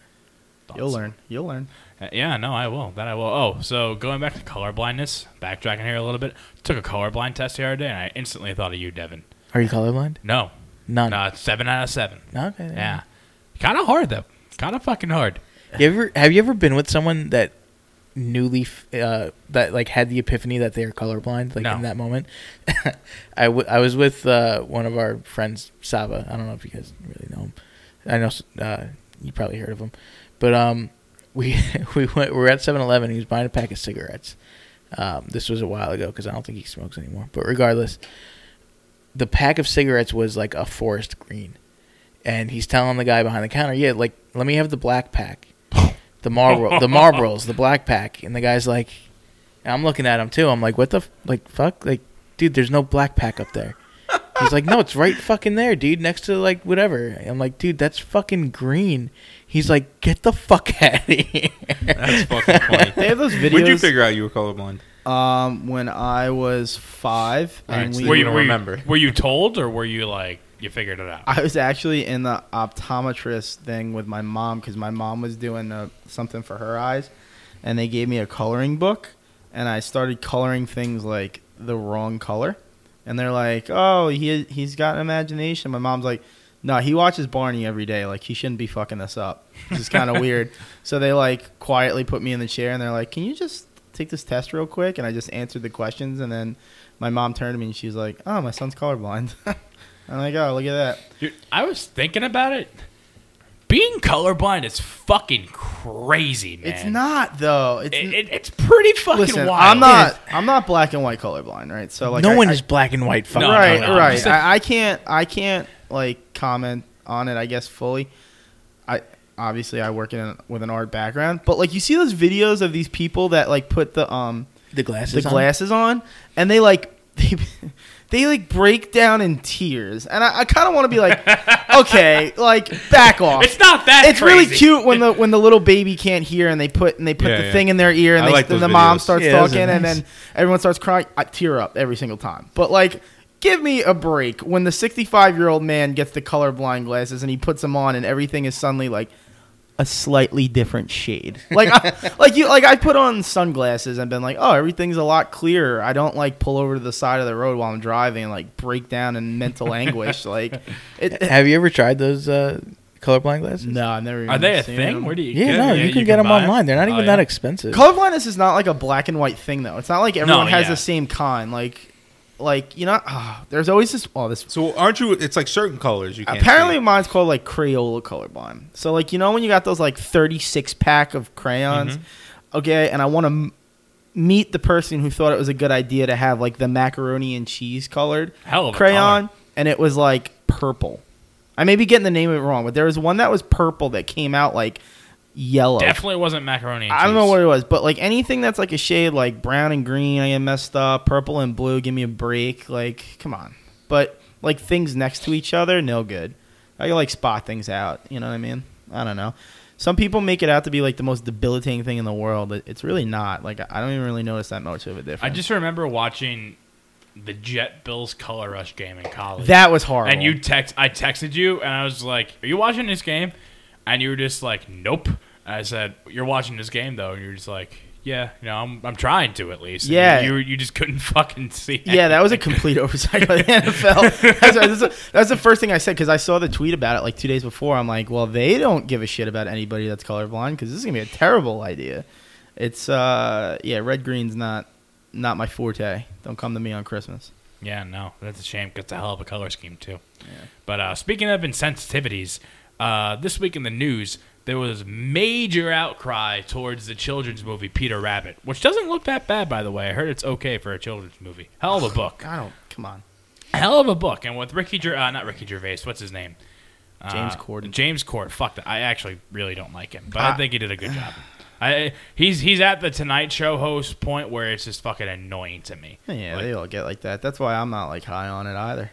Speaker 2: You'll learn. You'll learn.
Speaker 1: Uh, Yeah, no, I will. That I will. Oh, so going back to colorblindness, backtracking here a little bit. Took a colorblind test the other day, and I instantly thought of you, Devin.
Speaker 4: Are you colorblind?
Speaker 1: No,
Speaker 4: None.
Speaker 1: no, it's seven out of seven.
Speaker 4: Okay. there you
Speaker 1: Yeah, kind of hard though. Kind of fucking hard.
Speaker 4: go. You ever have you ever been with someone that newly f- uh, that like had the epiphany that they are colorblind like
Speaker 1: No.
Speaker 4: in that moment? I, w- I was with uh, one of our friends Saba. I don't know if you guys really know him. I know s- uh, you probably heard of him, but um, we we went we were at 7-Eleven. He was buying a pack of cigarettes. Um, this was a while ago because I don't think he smokes anymore. But regardless, the pack of cigarettes was like a forest green, and he's telling the guy behind the counter, "Yeah, like let me have the black pack, the Marlboro, the Marlboros, the black pack." And the guy's like, and I'm looking at him too. I'm like, "What the f- like fuck like dude? There's no black pack up there." He's like, "No, it's right fucking there, dude, next to like whatever." I'm like, "Dude, that's fucking green." He's like, "Get the fuck out of here."
Speaker 3: That's fucking funny.
Speaker 2: They have those videos.
Speaker 3: When'd you figure out you were colorblind?
Speaker 2: Um, when I was five,
Speaker 3: All right,
Speaker 2: and
Speaker 3: so
Speaker 2: we
Speaker 3: you
Speaker 1: Were you,
Speaker 3: don't
Speaker 1: were,
Speaker 3: remember.
Speaker 1: You, were you told, or were you like you figured it out?
Speaker 2: I was actually in the optometrist thing with my mom because my mom was doing uh something for her eyes, and they gave me a coloring book, and I started coloring things like the wrong color, and they're like, "Oh, he he's got an imagination." My mom's like, "No, he watches Barney every day. Like he shouldn't be fucking this up. This is kind of weird." So they like quietly put me in the chair, and they're like, "Can you just take this test real quick?" And I just answered the questions, and then my mom turned to me and she was like, "Oh, my son's colorblind." I'm like, "Oh, look at that."
Speaker 1: Dude, I was thinking about it. Being colorblind is fucking crazy, man.
Speaker 2: It's not though. It's
Speaker 1: It, it- it's pretty fucking
Speaker 2: listen.
Speaker 1: wild.
Speaker 2: I'm not. I'm not black and white colorblind, right? So like,
Speaker 4: no
Speaker 2: I-
Speaker 4: one
Speaker 2: I-
Speaker 4: is black and white. Fucking
Speaker 1: No,
Speaker 2: right,
Speaker 1: no, no.
Speaker 2: right.
Speaker 1: Just a-
Speaker 2: I, I can't. I can't like comment on it. I guess fully. I obviously I work in a, with an art background, but like you see those videos of these people that like put the um
Speaker 4: the glasses.
Speaker 2: the
Speaker 4: on.
Speaker 2: glasses on, and they like they, they like break down in tears, and I, I kind of want to be like, okay, like back off.
Speaker 1: It's not that.
Speaker 2: it's really
Speaker 1: crazy.
Speaker 2: cute when the when the little baby can't hear and they put and they put
Speaker 3: Yeah,
Speaker 2: the
Speaker 3: yeah.
Speaker 2: thing in their ear and,
Speaker 3: I
Speaker 2: they,
Speaker 3: like
Speaker 2: and
Speaker 3: those
Speaker 2: the mom
Speaker 3: videos.
Speaker 2: starts
Speaker 4: Yeah, those are
Speaker 2: talking and
Speaker 4: nice.
Speaker 2: then everyone starts crying. I tear up every single time. But like, give me a break when the 65 year old man gets the colorblind glasses and he puts them on and everything is suddenly like a slightly different shade. Like, I, like you, like I put on sunglasses and been like, oh, everything's a lot clearer. I don't like pull over to the side of the road while I'm driving and like break down in mental anguish. Like, it,
Speaker 4: Have you ever tried those uh, colorblind glasses?
Speaker 2: no, I've never. Even
Speaker 1: Are they a
Speaker 2: seen
Speaker 1: thing?
Speaker 2: them.
Speaker 1: Where do you?
Speaker 4: Yeah,
Speaker 1: get
Speaker 4: no,
Speaker 1: it?
Speaker 4: you can get them
Speaker 1: buy
Speaker 4: online. They're not
Speaker 1: Oh,
Speaker 4: even
Speaker 1: yeah.
Speaker 4: that expensive.
Speaker 2: Colorblindness is not like a black and white thing though. It's not like everyone has
Speaker 1: yeah.
Speaker 2: the same kind. Like, like you know, ah, there's always this. Oh, this.
Speaker 3: So aren't you? It's like certain colors you can't
Speaker 2: Apparently,
Speaker 3: see.
Speaker 2: mine's called like Crayola colorblind. So like you know when you got those like 36 pack of crayons,
Speaker 1: Mm-hmm.
Speaker 2: okay, and I want to m- meet the person who thought it was a good idea to have like the macaroni and cheese colored
Speaker 1: Hell of a
Speaker 2: crayon,
Speaker 1: color.
Speaker 2: and it was like purple. I may be getting the name of it wrong, but there was one that was purple that came out like yellow.
Speaker 1: Definitely wasn't macaroni. And
Speaker 2: I don't know
Speaker 1: cheese.
Speaker 2: what it was, but like anything that's like a shade like brown and green, I get messed up. Purple and blue, give me a break. Like, come on. But like things next to each other, no good. I can like spot things out. You know what I mean? I don't know. Some people make it out to be like the most debilitating thing in the world. It- It's really not. Like I don't even really notice that much of a difference.
Speaker 1: I just remember watching the Jet Bills Color Rush game in college.
Speaker 2: that was horrible.
Speaker 1: and you text, I texted you, and I was like, "Are you watching this game?" And you were just like, "Nope." And I said, "You're watching this game though," and you're just like, "Yeah, you know, I'm, I'm trying to at least." And
Speaker 2: Yeah.
Speaker 1: you you just couldn't fucking see.
Speaker 2: Yeah, that was a complete oversight by the NFL. That's, that's, that's the first thing I said because I saw the tweet about it like two days before. I'm like, well, they don't give a shit about anybody that's colorblind because this is gonna be a terrible idea. It's uh, yeah, red green's not not my forte. Don't come to me on Christmas.
Speaker 1: Yeah, no, that's a shame. 'cause It's a hell of a color scheme too. But uh, speaking of insensitivities, uh, this week in the news there was major outcry towards the children's movie Peter Rabbit, which doesn't look that bad, by the way. I heard it's okay for a children's movie. Hell of a book.
Speaker 2: I don't. Come on,
Speaker 1: Hell of a book. And with Ricky, Ger- uh, not Ricky Gervais, what's his name?
Speaker 2: James
Speaker 1: Uh,
Speaker 2: Corden.
Speaker 1: James Corden. Fuck that. I actually really don't like him, but I think he did a good job. I, he's he's at the Tonight Show host point where it's just fucking annoying to me.
Speaker 2: Yeah,
Speaker 1: Like,
Speaker 2: they all get like that. That's why I'm not like high on it either.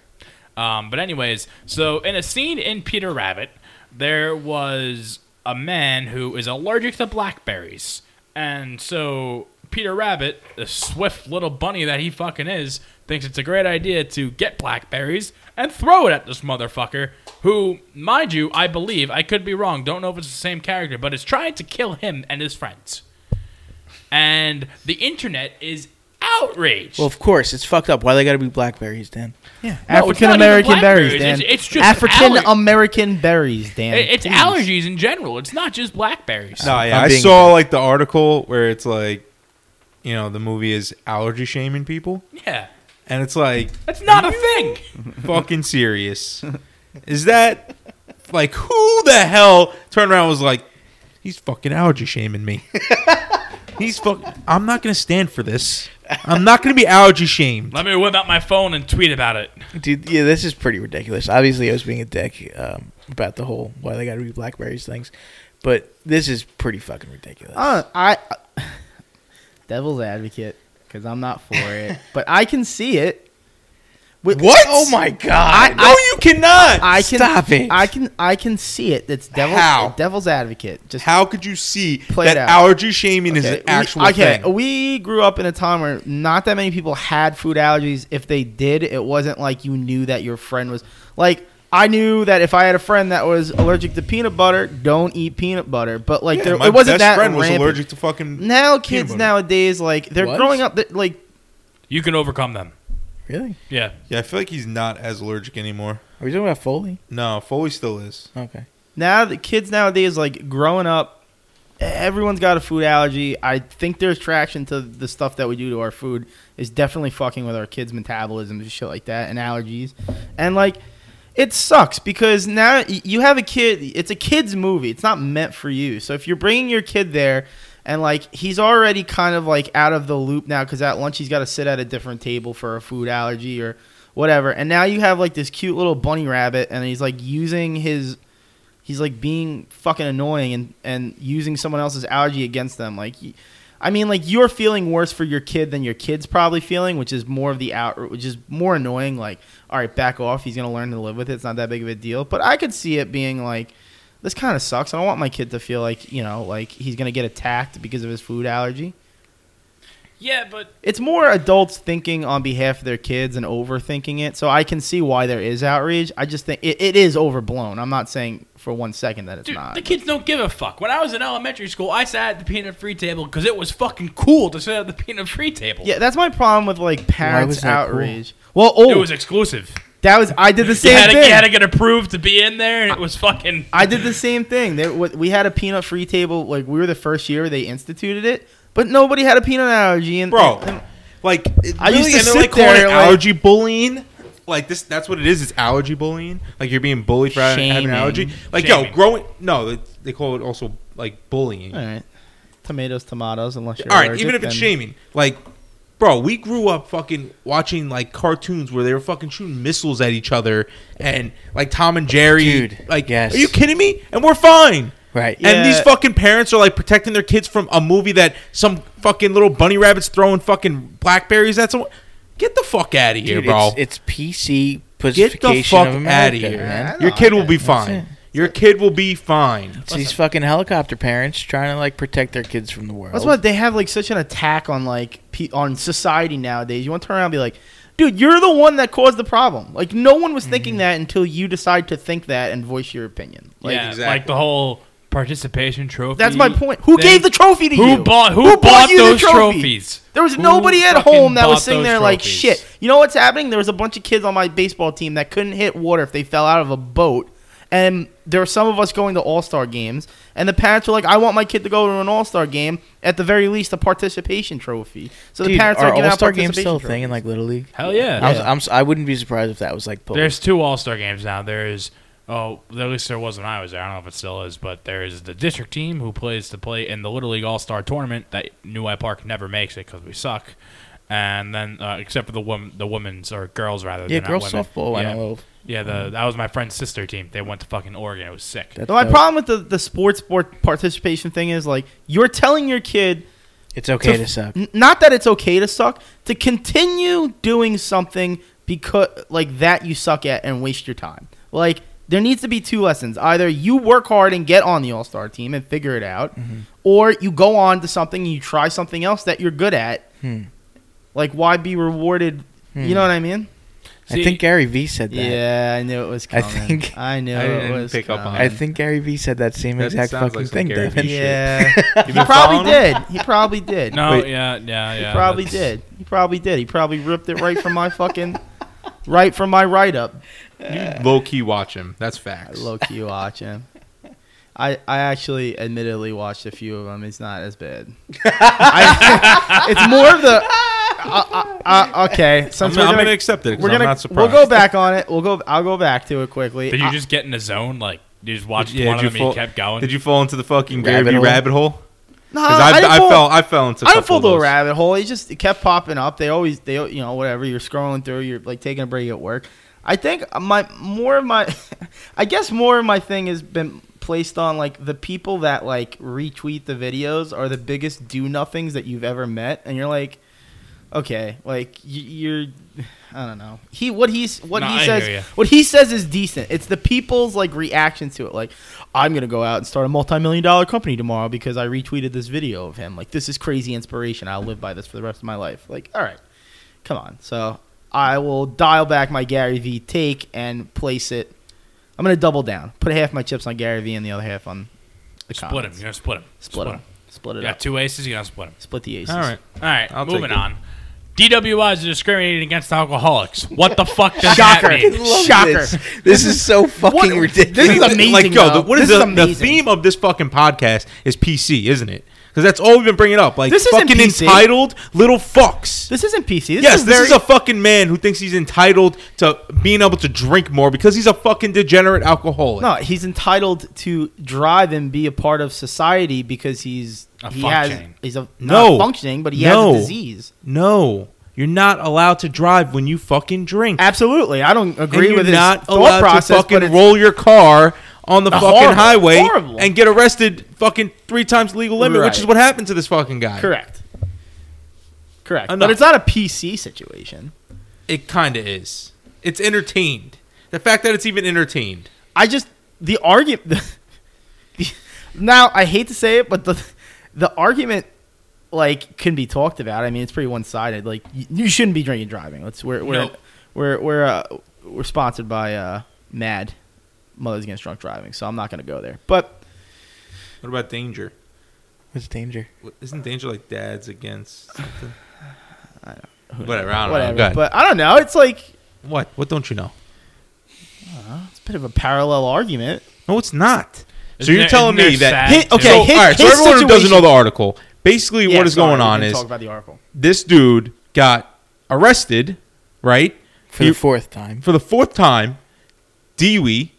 Speaker 1: Um, but anyways, so in a scene in Peter Rabbit, there was a man who is allergic to blackberries, and so Peter Rabbit, the swift little bunny that he fucking is, thinks it's a great idea to get blackberries and throw it at this motherfucker. Who, mind you, I believe I could be wrong. Don't know if it's the same character, but is trying to kill him and his friends. And the internet is outraged.
Speaker 4: Well, of course, it's fucked up. Why they got to be blackberries, Dan?
Speaker 2: Yeah,
Speaker 1: No, it's
Speaker 2: African
Speaker 1: not even
Speaker 2: American
Speaker 1: blackberries,
Speaker 2: berries, Dan.
Speaker 1: it's- it's just
Speaker 2: African American berries, Dan.
Speaker 1: It- It's
Speaker 2: Jeez.
Speaker 1: allergies in general. It's not just blackberries.
Speaker 3: No, yeah,
Speaker 4: I'm
Speaker 3: I
Speaker 4: being-
Speaker 3: saw like the article where it's like, you know, the movie is allergy shaming people,
Speaker 1: Yeah.
Speaker 3: and it's like
Speaker 1: That's not a thing.
Speaker 3: fucking serious. Is that like who the hell turned around and was like, he's fucking allergy shaming me. he's fuck. I'm not gonna stand for this. I'm not gonna be allergy shamed.
Speaker 1: Let me whip out my phone and tweet about it.
Speaker 4: Dude, yeah, this is pretty ridiculous. Obviously, I was being a dick um, about the whole why they got to be blackberries things, but this is pretty fucking ridiculous.
Speaker 2: Uh, I devil's advocate because I'm not for it, but I can see it. With,
Speaker 4: Oh my god!
Speaker 2: I- I-
Speaker 3: you cannot.
Speaker 2: I can
Speaker 4: Stop it.
Speaker 2: I can I can see it. That's devil.
Speaker 3: How?
Speaker 2: Devil's advocate. Just
Speaker 3: How could you see
Speaker 2: Play it
Speaker 3: that
Speaker 2: out.
Speaker 3: allergy shaming is
Speaker 2: Okay,
Speaker 3: an actual
Speaker 2: we, okay, oh,
Speaker 3: thing?
Speaker 2: we grew up in a time where not that many people had food allergies. If they did, it wasn't like you knew that your friend was like. I knew that if I had a friend that was allergic to peanut butter, don't eat peanut butter. But like, there,
Speaker 3: my
Speaker 2: it wasn't
Speaker 3: best
Speaker 2: that
Speaker 3: friend was
Speaker 2: rampant.
Speaker 3: allergic to fucking.
Speaker 2: Now kids
Speaker 3: butter.
Speaker 2: nowadays, like they're
Speaker 4: Was?
Speaker 2: growing up, they're, like
Speaker 1: You can overcome them.
Speaker 4: really?
Speaker 1: Yeah.
Speaker 3: Yeah, I feel like he's not as allergic anymore.
Speaker 4: Are we talking about Foley?
Speaker 3: No, Foley still is.
Speaker 4: Okay.
Speaker 2: now the kids nowadays like growing up everyone's got a food allergy i think there's traction to the stuff that we do to our food is definitely fucking with our kids metabolism and shit like that and allergies and like it sucks because now y- you have a kid it's a kids movie it's not meant for you so if you're bringing your kid there and like he's already kind of like out of the loop now because at lunch he's got to sit at a different table for a food allergy or whatever and now you have like this cute little bunny rabbit and he's like using his he's like being fucking annoying and and using someone else's allergy against them like y- i mean like you're feeling worse for your kid than your kid's probably feeling which is more of the out which is more annoying like all right back off he's gonna learn to live with it it's not that big of a deal but i could see it being like this kind of sucks i don't want my kid to feel like you know like he's gonna get attacked because of his food allergy
Speaker 1: Yeah, but
Speaker 2: It's more adults thinking on behalf of their kids and overthinking it. So I can see why there is outrage. I just think it, it is overblown. I'm not saying for one second that it's
Speaker 1: Dude,
Speaker 2: not.
Speaker 1: the kids don't give a fuck. When I was in elementary school, I sat at the peanut free table because it was fucking cool to sit at the peanut free table.
Speaker 2: yeah, that's my problem with like
Speaker 4: was
Speaker 2: parents
Speaker 4: that cool?
Speaker 2: outrage. Well, oh,
Speaker 1: It was exclusive.
Speaker 2: that was I did the
Speaker 1: You
Speaker 2: same
Speaker 1: had, to,
Speaker 2: thing.
Speaker 1: you had to get approved to be in there, and it was fucking.
Speaker 2: I did the same thing. There, wa- we had a peanut free table. Like we were the first year they instituted it, but nobody had a peanut allergy. And
Speaker 3: bro.
Speaker 2: and-
Speaker 3: Like it
Speaker 2: I used
Speaker 3: really,
Speaker 2: to
Speaker 3: and they're
Speaker 2: sit
Speaker 3: like calling
Speaker 2: there,
Speaker 3: it
Speaker 2: like-
Speaker 3: allergy bullying. Like this, that's what it is. It's allergy bullying. Like you're being bullied for having- having
Speaker 4: Shaming.
Speaker 3: an allergy. Like yo,
Speaker 1: Shaming.
Speaker 3: growing. No, they, they call it also like bullying.
Speaker 2: all right, tomatoes, tomatoes. Unless you're
Speaker 3: All right,
Speaker 2: allergic,
Speaker 3: even if it's
Speaker 2: then-
Speaker 3: shaming, like, bro, we grew up fucking watching like cartoons where they were fucking shooting missiles at each other and like Tom and Jerry.
Speaker 4: Dude,
Speaker 3: like,
Speaker 4: yes.
Speaker 3: are you kidding me? And we're fine.
Speaker 4: Right.
Speaker 2: Yeah.
Speaker 3: And these fucking parents are like protecting their kids from a movie that some fucking little bunny rabbits throwing fucking blackberries at someone. Get the fuck out of here,
Speaker 4: Dude,
Speaker 3: bro.
Speaker 4: It's, it's PC
Speaker 3: Get the
Speaker 4: pussification
Speaker 3: fuck
Speaker 4: of
Speaker 3: out
Speaker 4: America,
Speaker 3: of here.
Speaker 4: man.
Speaker 2: I
Speaker 3: Your
Speaker 2: know,
Speaker 3: kid
Speaker 2: I
Speaker 3: will be
Speaker 4: That's it.
Speaker 3: fine. Your kid will be fine.
Speaker 4: It's these fucking helicopter parents trying to like protect their kids from the world.
Speaker 2: That's what they have like such an attack on like pe- on society nowadays. You want to turn around and be like, dude, you're the one that caused the problem. Like no one was
Speaker 1: Mm-hmm.
Speaker 2: thinking that until you decide to think that and voice your opinion. Like
Speaker 1: yeah,
Speaker 3: exactly.
Speaker 1: like the whole participation trophy.
Speaker 2: that's my point. Who
Speaker 1: thing.
Speaker 2: gave the trophy to
Speaker 1: Who
Speaker 2: you?
Speaker 1: bought- who
Speaker 2: bought
Speaker 1: bought
Speaker 2: you the
Speaker 1: those
Speaker 2: trophy?
Speaker 1: trophies?
Speaker 2: There was
Speaker 1: Who
Speaker 2: nobody at
Speaker 1: fucking
Speaker 2: home that
Speaker 1: bought
Speaker 2: was sitting
Speaker 1: those
Speaker 2: there like
Speaker 1: trophies?
Speaker 2: shit. You know what's happening? There was a bunch of kids on my baseball team that couldn't hit water if they fell out of a boat. And there were some of us going to all star games, and the parents were like, "I want my kid to go to an all star game at the very least a participation trophy." So the
Speaker 4: Dude,
Speaker 2: parents
Speaker 4: are
Speaker 2: are giving
Speaker 4: All
Speaker 2: out
Speaker 4: Star games
Speaker 2: participation
Speaker 4: still a
Speaker 2: trophies.
Speaker 4: thing in like Little League?
Speaker 1: Hell yeah.
Speaker 4: I, was, I'm, si would not be surprised if that was like pulled.
Speaker 1: There's two All Star games now. There's oh, at least there was when I was there. I don't know if it still is, but there is the district team who plays to play in the Little League All Star tournament that New White Park never makes it because we suck. And then, uh, except for the woman, the women's or girls rather,
Speaker 4: yeah,
Speaker 1: they're not
Speaker 4: girls
Speaker 1: women.
Speaker 4: softball.
Speaker 1: Yeah,
Speaker 4: I know.
Speaker 1: yeah. The that was my friend's sister team. They went to fucking Oregon. It was sick.
Speaker 4: That's
Speaker 2: But my
Speaker 4: dope.
Speaker 2: problem with the, the sports sport participation thing is like you're telling your kid
Speaker 4: It's okay to,
Speaker 2: to-
Speaker 4: suck.
Speaker 2: N- not that it's okay to suck to continue doing something because like that you suck at and waste your time like there needs to be two lessons either you work hard and get on the all-star team and figure it out
Speaker 4: Mm-hmm.
Speaker 2: or you go on to something and you try something else that you're good at
Speaker 4: Hmm.
Speaker 2: like why be rewarded
Speaker 4: Hmm.
Speaker 2: you know what i mean
Speaker 1: See-
Speaker 4: I think Gary V said that.
Speaker 2: yeah i knew it was
Speaker 4: I
Speaker 2: coming i
Speaker 4: think-
Speaker 2: think i knew
Speaker 3: I
Speaker 2: it
Speaker 3: didn't
Speaker 2: was
Speaker 3: pick up on
Speaker 2: coming.
Speaker 4: I think Gary V said that same
Speaker 3: That
Speaker 4: exact
Speaker 3: sounds like
Speaker 4: fucking
Speaker 3: some
Speaker 4: thing.
Speaker 3: Gary Vee
Speaker 4: Devin.
Speaker 3: shit.
Speaker 2: yeah
Speaker 3: You
Speaker 2: he
Speaker 3: been
Speaker 2: probably
Speaker 3: following
Speaker 2: did he probably did
Speaker 1: No,
Speaker 3: Wait.
Speaker 1: yeah, yeah, yeah.
Speaker 2: He probably
Speaker 1: that's-
Speaker 2: did. He probably did. He probably ripped it right from my fucking, right from my write up.
Speaker 3: You low key watch him. That's
Speaker 2: I
Speaker 3: facts.
Speaker 2: low key watch him. I I actually admittedly watched a few of them. It's not as bad. I, it's more of the. Uh, uh, uh, okay,
Speaker 3: I'm,
Speaker 2: since
Speaker 3: I'm
Speaker 2: we're
Speaker 3: gonna,
Speaker 2: gonna,
Speaker 3: accept it. 'cause
Speaker 2: we're
Speaker 3: I'm
Speaker 2: gonna
Speaker 3: not surprised.
Speaker 2: we'll go back on it. We'll go. I'll go back to it quickly. Uh,
Speaker 1: Did you
Speaker 2: I-
Speaker 1: just get in the zone? Like you just watched
Speaker 3: Yeah,
Speaker 1: one of
Speaker 3: did you
Speaker 1: them and you
Speaker 3: fall-
Speaker 1: kept going.
Speaker 3: Did you fall into the fucking Gary
Speaker 4: Rabbit
Speaker 3: Vee
Speaker 4: hole?
Speaker 3: rabbit hole?
Speaker 2: no,
Speaker 3: Because
Speaker 2: Uh, I,
Speaker 3: I,
Speaker 2: didn't
Speaker 3: I,
Speaker 2: fall-
Speaker 3: fell. I fell into.
Speaker 2: I
Speaker 3: couple
Speaker 2: didn't fall
Speaker 3: of
Speaker 2: to a
Speaker 3: those.
Speaker 2: rabbit hole. It just it kept popping up. They always they you know whatever you're scrolling through, you're like taking a break at work. I think my more of my, I guess more of my thing has been placed on like the people that like retweet the videos are the biggest do nothings that you've ever met, and you're like, okay, like y- you're, I don't know. He what he's what
Speaker 1: No,
Speaker 2: he
Speaker 1: I
Speaker 2: says
Speaker 1: hear ya.
Speaker 2: what he says is decent. It's the people's like reaction to it. Like, I'm gonna go out and start a multi-million dollar company tomorrow because I retweeted this video of him. Like, this is crazy inspiration. I'll live by this for the rest of my life. Like, all right, come on. So I will dial back my Gary V take and place it. I'm gonna double down. Put half my chips on Gary V and the other half on the
Speaker 1: split him?
Speaker 2: comments.
Speaker 1: You're gonna split him.
Speaker 2: Split him. Split
Speaker 1: You
Speaker 2: it
Speaker 1: got
Speaker 2: up.
Speaker 1: two aces. You are going to split him.
Speaker 2: Split the aces.
Speaker 3: All right.
Speaker 1: All right,
Speaker 3: I'll
Speaker 1: moving
Speaker 3: take it.
Speaker 1: on. DWIs are discriminating against alcoholics. What the fuck does
Speaker 2: Shocker.
Speaker 1: that mean?
Speaker 4: Love
Speaker 2: Shocker.
Speaker 4: This. This is so fucking
Speaker 2: What-
Speaker 4: ridiculous.
Speaker 2: This is amazing,
Speaker 3: Like yo,
Speaker 2: though.
Speaker 3: the, what is,
Speaker 2: This is
Speaker 3: the, the
Speaker 2: amazing.
Speaker 3: theme of this fucking podcast is PC, isn't it? Because that's all we've been bringing up. Like
Speaker 2: This isn't
Speaker 3: fucking
Speaker 2: PC.
Speaker 3: entitled little fucks.
Speaker 2: This isn't PC. This
Speaker 3: yes,
Speaker 2: is
Speaker 3: this
Speaker 2: very
Speaker 3: is a fucking man who thinks he's entitled to being able to drink more because he's a fucking degenerate alcoholic.
Speaker 2: No, he's entitled to drive and be a part of society because he's
Speaker 1: A
Speaker 2: he
Speaker 1: fuck
Speaker 2: has
Speaker 1: chain.
Speaker 2: he's a
Speaker 3: No.
Speaker 2: not functioning, but he
Speaker 3: No.
Speaker 2: has a disease.
Speaker 3: No, you're not allowed to drive when you fucking drink.
Speaker 2: Absolutely, I don't
Speaker 3: And
Speaker 2: agree
Speaker 3: you're
Speaker 2: with his
Speaker 3: not allowed
Speaker 2: thought process.
Speaker 3: to
Speaker 2: but
Speaker 3: fucking
Speaker 2: it's-
Speaker 3: roll your car on the fucking
Speaker 2: horrible,
Speaker 3: highway
Speaker 2: horrible.
Speaker 3: and get arrested fucking three times legal limit, which
Speaker 2: Right.
Speaker 3: is what happened to this fucking guy.
Speaker 2: correct, correct.
Speaker 3: Enough.
Speaker 2: But it's not a PC situation.
Speaker 3: It kind of is. It's entertained. The fact that it's even entertained.
Speaker 2: I just the argument. The, now I hate to say it, but the the argument like can be talked about. I mean, it's pretty one sided. Like you, you shouldn't be drinking and driving. Let's we're we're
Speaker 1: No.
Speaker 2: we're we're uh, we're sponsored by uh, Mad Mothers Against Drunk Driving, so I'm not gonna go there. But
Speaker 3: What about danger?
Speaker 4: What's danger?
Speaker 3: What- Isn't danger like dads against something? Whatever, I don't know. Go
Speaker 2: whatever.
Speaker 3: ahead.
Speaker 2: But I don't know. It's like
Speaker 3: what? What don't you know?
Speaker 2: it's a bit of a parallel argument.
Speaker 3: No, it's not. so
Speaker 1: Isn't
Speaker 3: you're
Speaker 1: there-
Speaker 3: telling
Speaker 1: isn't
Speaker 3: me
Speaker 1: there
Speaker 3: that
Speaker 1: sad,
Speaker 2: Hi- okay,
Speaker 3: So,
Speaker 2: his-
Speaker 3: all right. So
Speaker 2: his
Speaker 3: everyone who doesn't
Speaker 2: situation-
Speaker 3: know the article, basically,
Speaker 2: Yeah,
Speaker 3: what is
Speaker 2: sorry,
Speaker 3: going
Speaker 2: we
Speaker 3: on
Speaker 2: didn't
Speaker 3: is
Speaker 2: talk about the article.
Speaker 3: this dude got arrested, right?
Speaker 4: For
Speaker 3: You-
Speaker 4: the fourth time.
Speaker 3: for the fourth time, Dewey,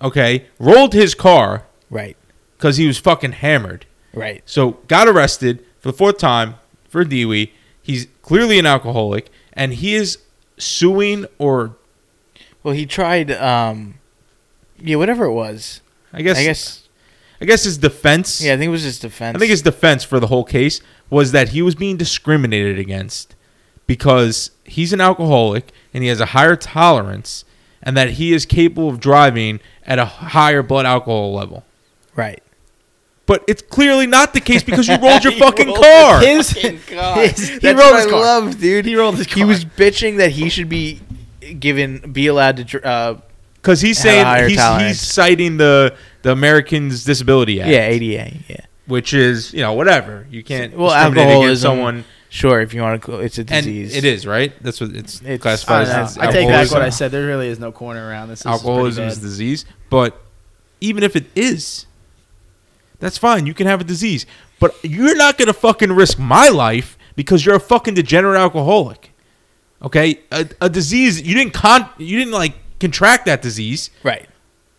Speaker 3: okay, rolled his car
Speaker 4: Right.
Speaker 3: because he was fucking hammered.
Speaker 4: Right.
Speaker 3: So got arrested for the fourth time for Dewey. He's clearly an alcoholic, and he is suing or
Speaker 4: Well, he tried. um Yeah, whatever it was.
Speaker 3: I guess
Speaker 4: I guess.
Speaker 3: I guess his defense.
Speaker 4: Yeah, I think it was his defense.
Speaker 3: I think his defense for the whole case was that he was being discriminated against because he's an alcoholic and he has a higher tolerance, and that he is capable of driving at a higher blood alcohol level.
Speaker 4: right.
Speaker 3: But it's clearly not the case because you rolled your fucking
Speaker 4: rolled
Speaker 3: car.
Speaker 2: His, his- he rolled his car.
Speaker 4: love, dude.
Speaker 2: He rolled his car.
Speaker 4: He was bitching that he should be given, be allowed to. dr- Uh,
Speaker 3: Because he's
Speaker 4: Had a higher
Speaker 3: saying he's,
Speaker 4: tolerance.
Speaker 3: he's citing the the Americans Disability Act,
Speaker 4: yeah, ADA. Yeah.
Speaker 3: which is you know whatever you can't
Speaker 4: Well,
Speaker 3: discriminate against
Speaker 4: alcoholism.
Speaker 3: someone,
Speaker 4: Sure, if you want to, call it's a
Speaker 3: and
Speaker 4: disease.
Speaker 3: it is right. That's what it's,
Speaker 4: It's-
Speaker 2: I,
Speaker 3: classified as.
Speaker 2: don't know.
Speaker 3: as
Speaker 2: I take back what I
Speaker 3: alcoholism.
Speaker 2: said. There really is no corner around this. this is pretty
Speaker 3: Alcoholism
Speaker 2: bad.
Speaker 3: is a disease, but even if it is, that's fine. You can have a disease, but you're not gonna fucking risk my life because you're a fucking degenerate alcoholic. Okay, a, a disease you didn't con you didn't like contract that disease.
Speaker 4: Right.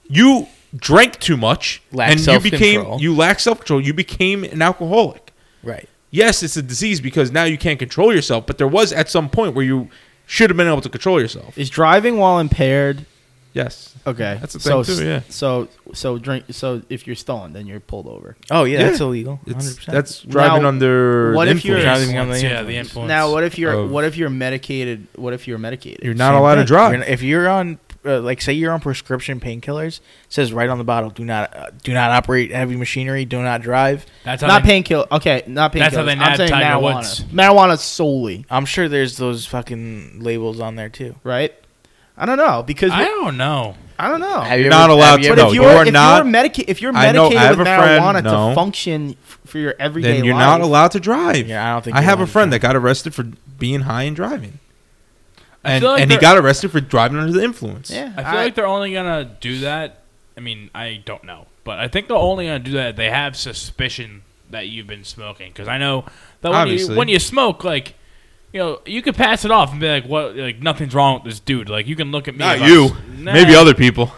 Speaker 3: you drank too much and
Speaker 4: Lacked
Speaker 3: you became
Speaker 4: self-control.
Speaker 3: you lacked self-control you became an alcoholic
Speaker 4: Right.
Speaker 3: yes it's a disease because now you can't control yourself but there was at some point where you should have been able to control yourself
Speaker 2: Is driving while impaired?
Speaker 3: yes
Speaker 2: Okay,
Speaker 3: That's the
Speaker 2: so,
Speaker 3: thing, too, yeah.
Speaker 2: So so drink. So if you're stolen, then you're pulled over.
Speaker 4: Oh yeah,
Speaker 3: Yeah.
Speaker 4: that's illegal. 100%.
Speaker 3: it's, that's driving
Speaker 2: Now,
Speaker 3: under
Speaker 2: what
Speaker 3: the
Speaker 2: if you're-
Speaker 3: influence.
Speaker 4: Driving on the
Speaker 1: yeah, the
Speaker 4: influence.
Speaker 1: influence.
Speaker 2: Now what if you're
Speaker 3: Of-
Speaker 2: what if you're medicated? What if you're medicated?
Speaker 3: you're not
Speaker 4: Same
Speaker 3: allowed to
Speaker 4: thing.
Speaker 3: drive
Speaker 4: You're not- if you're on, uh, like, say you're on prescription painkillers, it says right on the bottle, do not, uh, do not operate heavy machinery, do not drive.
Speaker 1: That's how
Speaker 2: not
Speaker 1: they-
Speaker 2: painkiller. Okay, not painkiller.
Speaker 1: That's how they
Speaker 2: I'm saying
Speaker 1: nab Tiger
Speaker 2: marijuana.
Speaker 1: Woods.
Speaker 2: Marijuana solely,
Speaker 4: I'm sure there's those fucking labels on there too.
Speaker 2: right? I don't know because
Speaker 1: I
Speaker 2: I,
Speaker 1: don't know.
Speaker 2: don't know.
Speaker 4: Have
Speaker 3: You're
Speaker 4: you
Speaker 3: Oh, not
Speaker 4: ever-
Speaker 3: allowed
Speaker 4: have
Speaker 3: to
Speaker 4: you
Speaker 2: but
Speaker 4: ever-
Speaker 3: know.
Speaker 2: if
Speaker 3: you
Speaker 2: you're
Speaker 3: are
Speaker 2: if
Speaker 3: not-
Speaker 2: you're medica- if you're
Speaker 3: I know, I
Speaker 2: medicated
Speaker 3: have
Speaker 2: with
Speaker 3: a friend,
Speaker 2: marijuana
Speaker 3: no.
Speaker 2: to function f- for your everyday
Speaker 3: then you're
Speaker 2: life,
Speaker 3: not allowed to drive
Speaker 4: Yeah, I don't think
Speaker 3: i
Speaker 4: you're
Speaker 3: have
Speaker 4: allowed
Speaker 3: a
Speaker 4: to
Speaker 3: friend that
Speaker 4: drive.
Speaker 3: got arrested for being high and driving
Speaker 1: I
Speaker 3: and,
Speaker 1: feel like
Speaker 3: and he
Speaker 1: there-
Speaker 3: got arrested for driving under the influence
Speaker 2: Yeah,
Speaker 1: I feel like they're only gonna do that. I mean, I don't know, but I think they're only gonna do that. if They have suspicion that you've been smoking because I know that when
Speaker 3: Obviously.
Speaker 1: you when you smoke, like you know, you could pass it off and be like, "What? Like nothing's wrong with this dude." Like you can look at me.
Speaker 3: not
Speaker 1: if I'm
Speaker 3: you
Speaker 1: s- Nah.
Speaker 3: maybe other people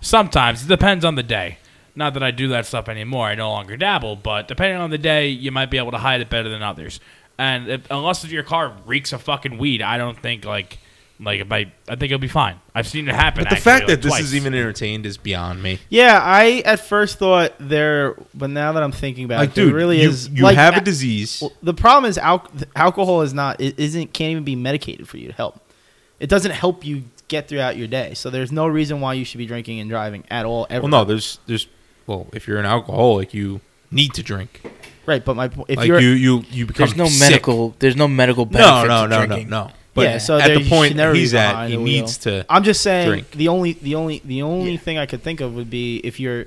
Speaker 1: Sometimes it depends on the day. Not that I do that stuff anymore. I no longer dabble, but depending on the day, you might be able to hide it better than others. And if, unless if your car reeks of fucking weed, I don't think like like if I I think it'll be fine. I've seen it happen.
Speaker 3: But the
Speaker 1: actually,
Speaker 3: fact
Speaker 1: like,
Speaker 3: that this
Speaker 1: twice.
Speaker 3: is even entertained is beyond me.
Speaker 2: Yeah, I at first thought there, but now that I'm thinking about
Speaker 3: Like,
Speaker 2: it, there
Speaker 3: dude,
Speaker 2: really
Speaker 3: you,
Speaker 2: is.
Speaker 3: you
Speaker 2: like,
Speaker 3: have a
Speaker 2: a-
Speaker 3: disease.
Speaker 2: well, The problem is al- alcohol is not it isn't can't even be medicated for you to help. It doesn't help you get throughout your day, so there's no reason why you should be drinking and driving at all. Ever.
Speaker 3: Well, no, there's there's well, if you're an alcoholic, you need to drink.
Speaker 2: right, but my po- if
Speaker 3: like you
Speaker 2: you're
Speaker 3: you you become
Speaker 4: There's no
Speaker 3: sick.
Speaker 4: medical. There's no medical
Speaker 3: No,
Speaker 4: benefit.
Speaker 3: no,
Speaker 4: to
Speaker 3: no, no,
Speaker 4: drinking.
Speaker 3: no. But
Speaker 2: yeah, so there-
Speaker 3: at
Speaker 2: you
Speaker 3: the
Speaker 2: should
Speaker 3: point
Speaker 2: never be
Speaker 3: he's at,
Speaker 2: behind
Speaker 3: he
Speaker 2: the wheel.
Speaker 3: needs to.
Speaker 2: I'm just saying
Speaker 3: drink.
Speaker 2: the only the only the only thing I could think of would be if you're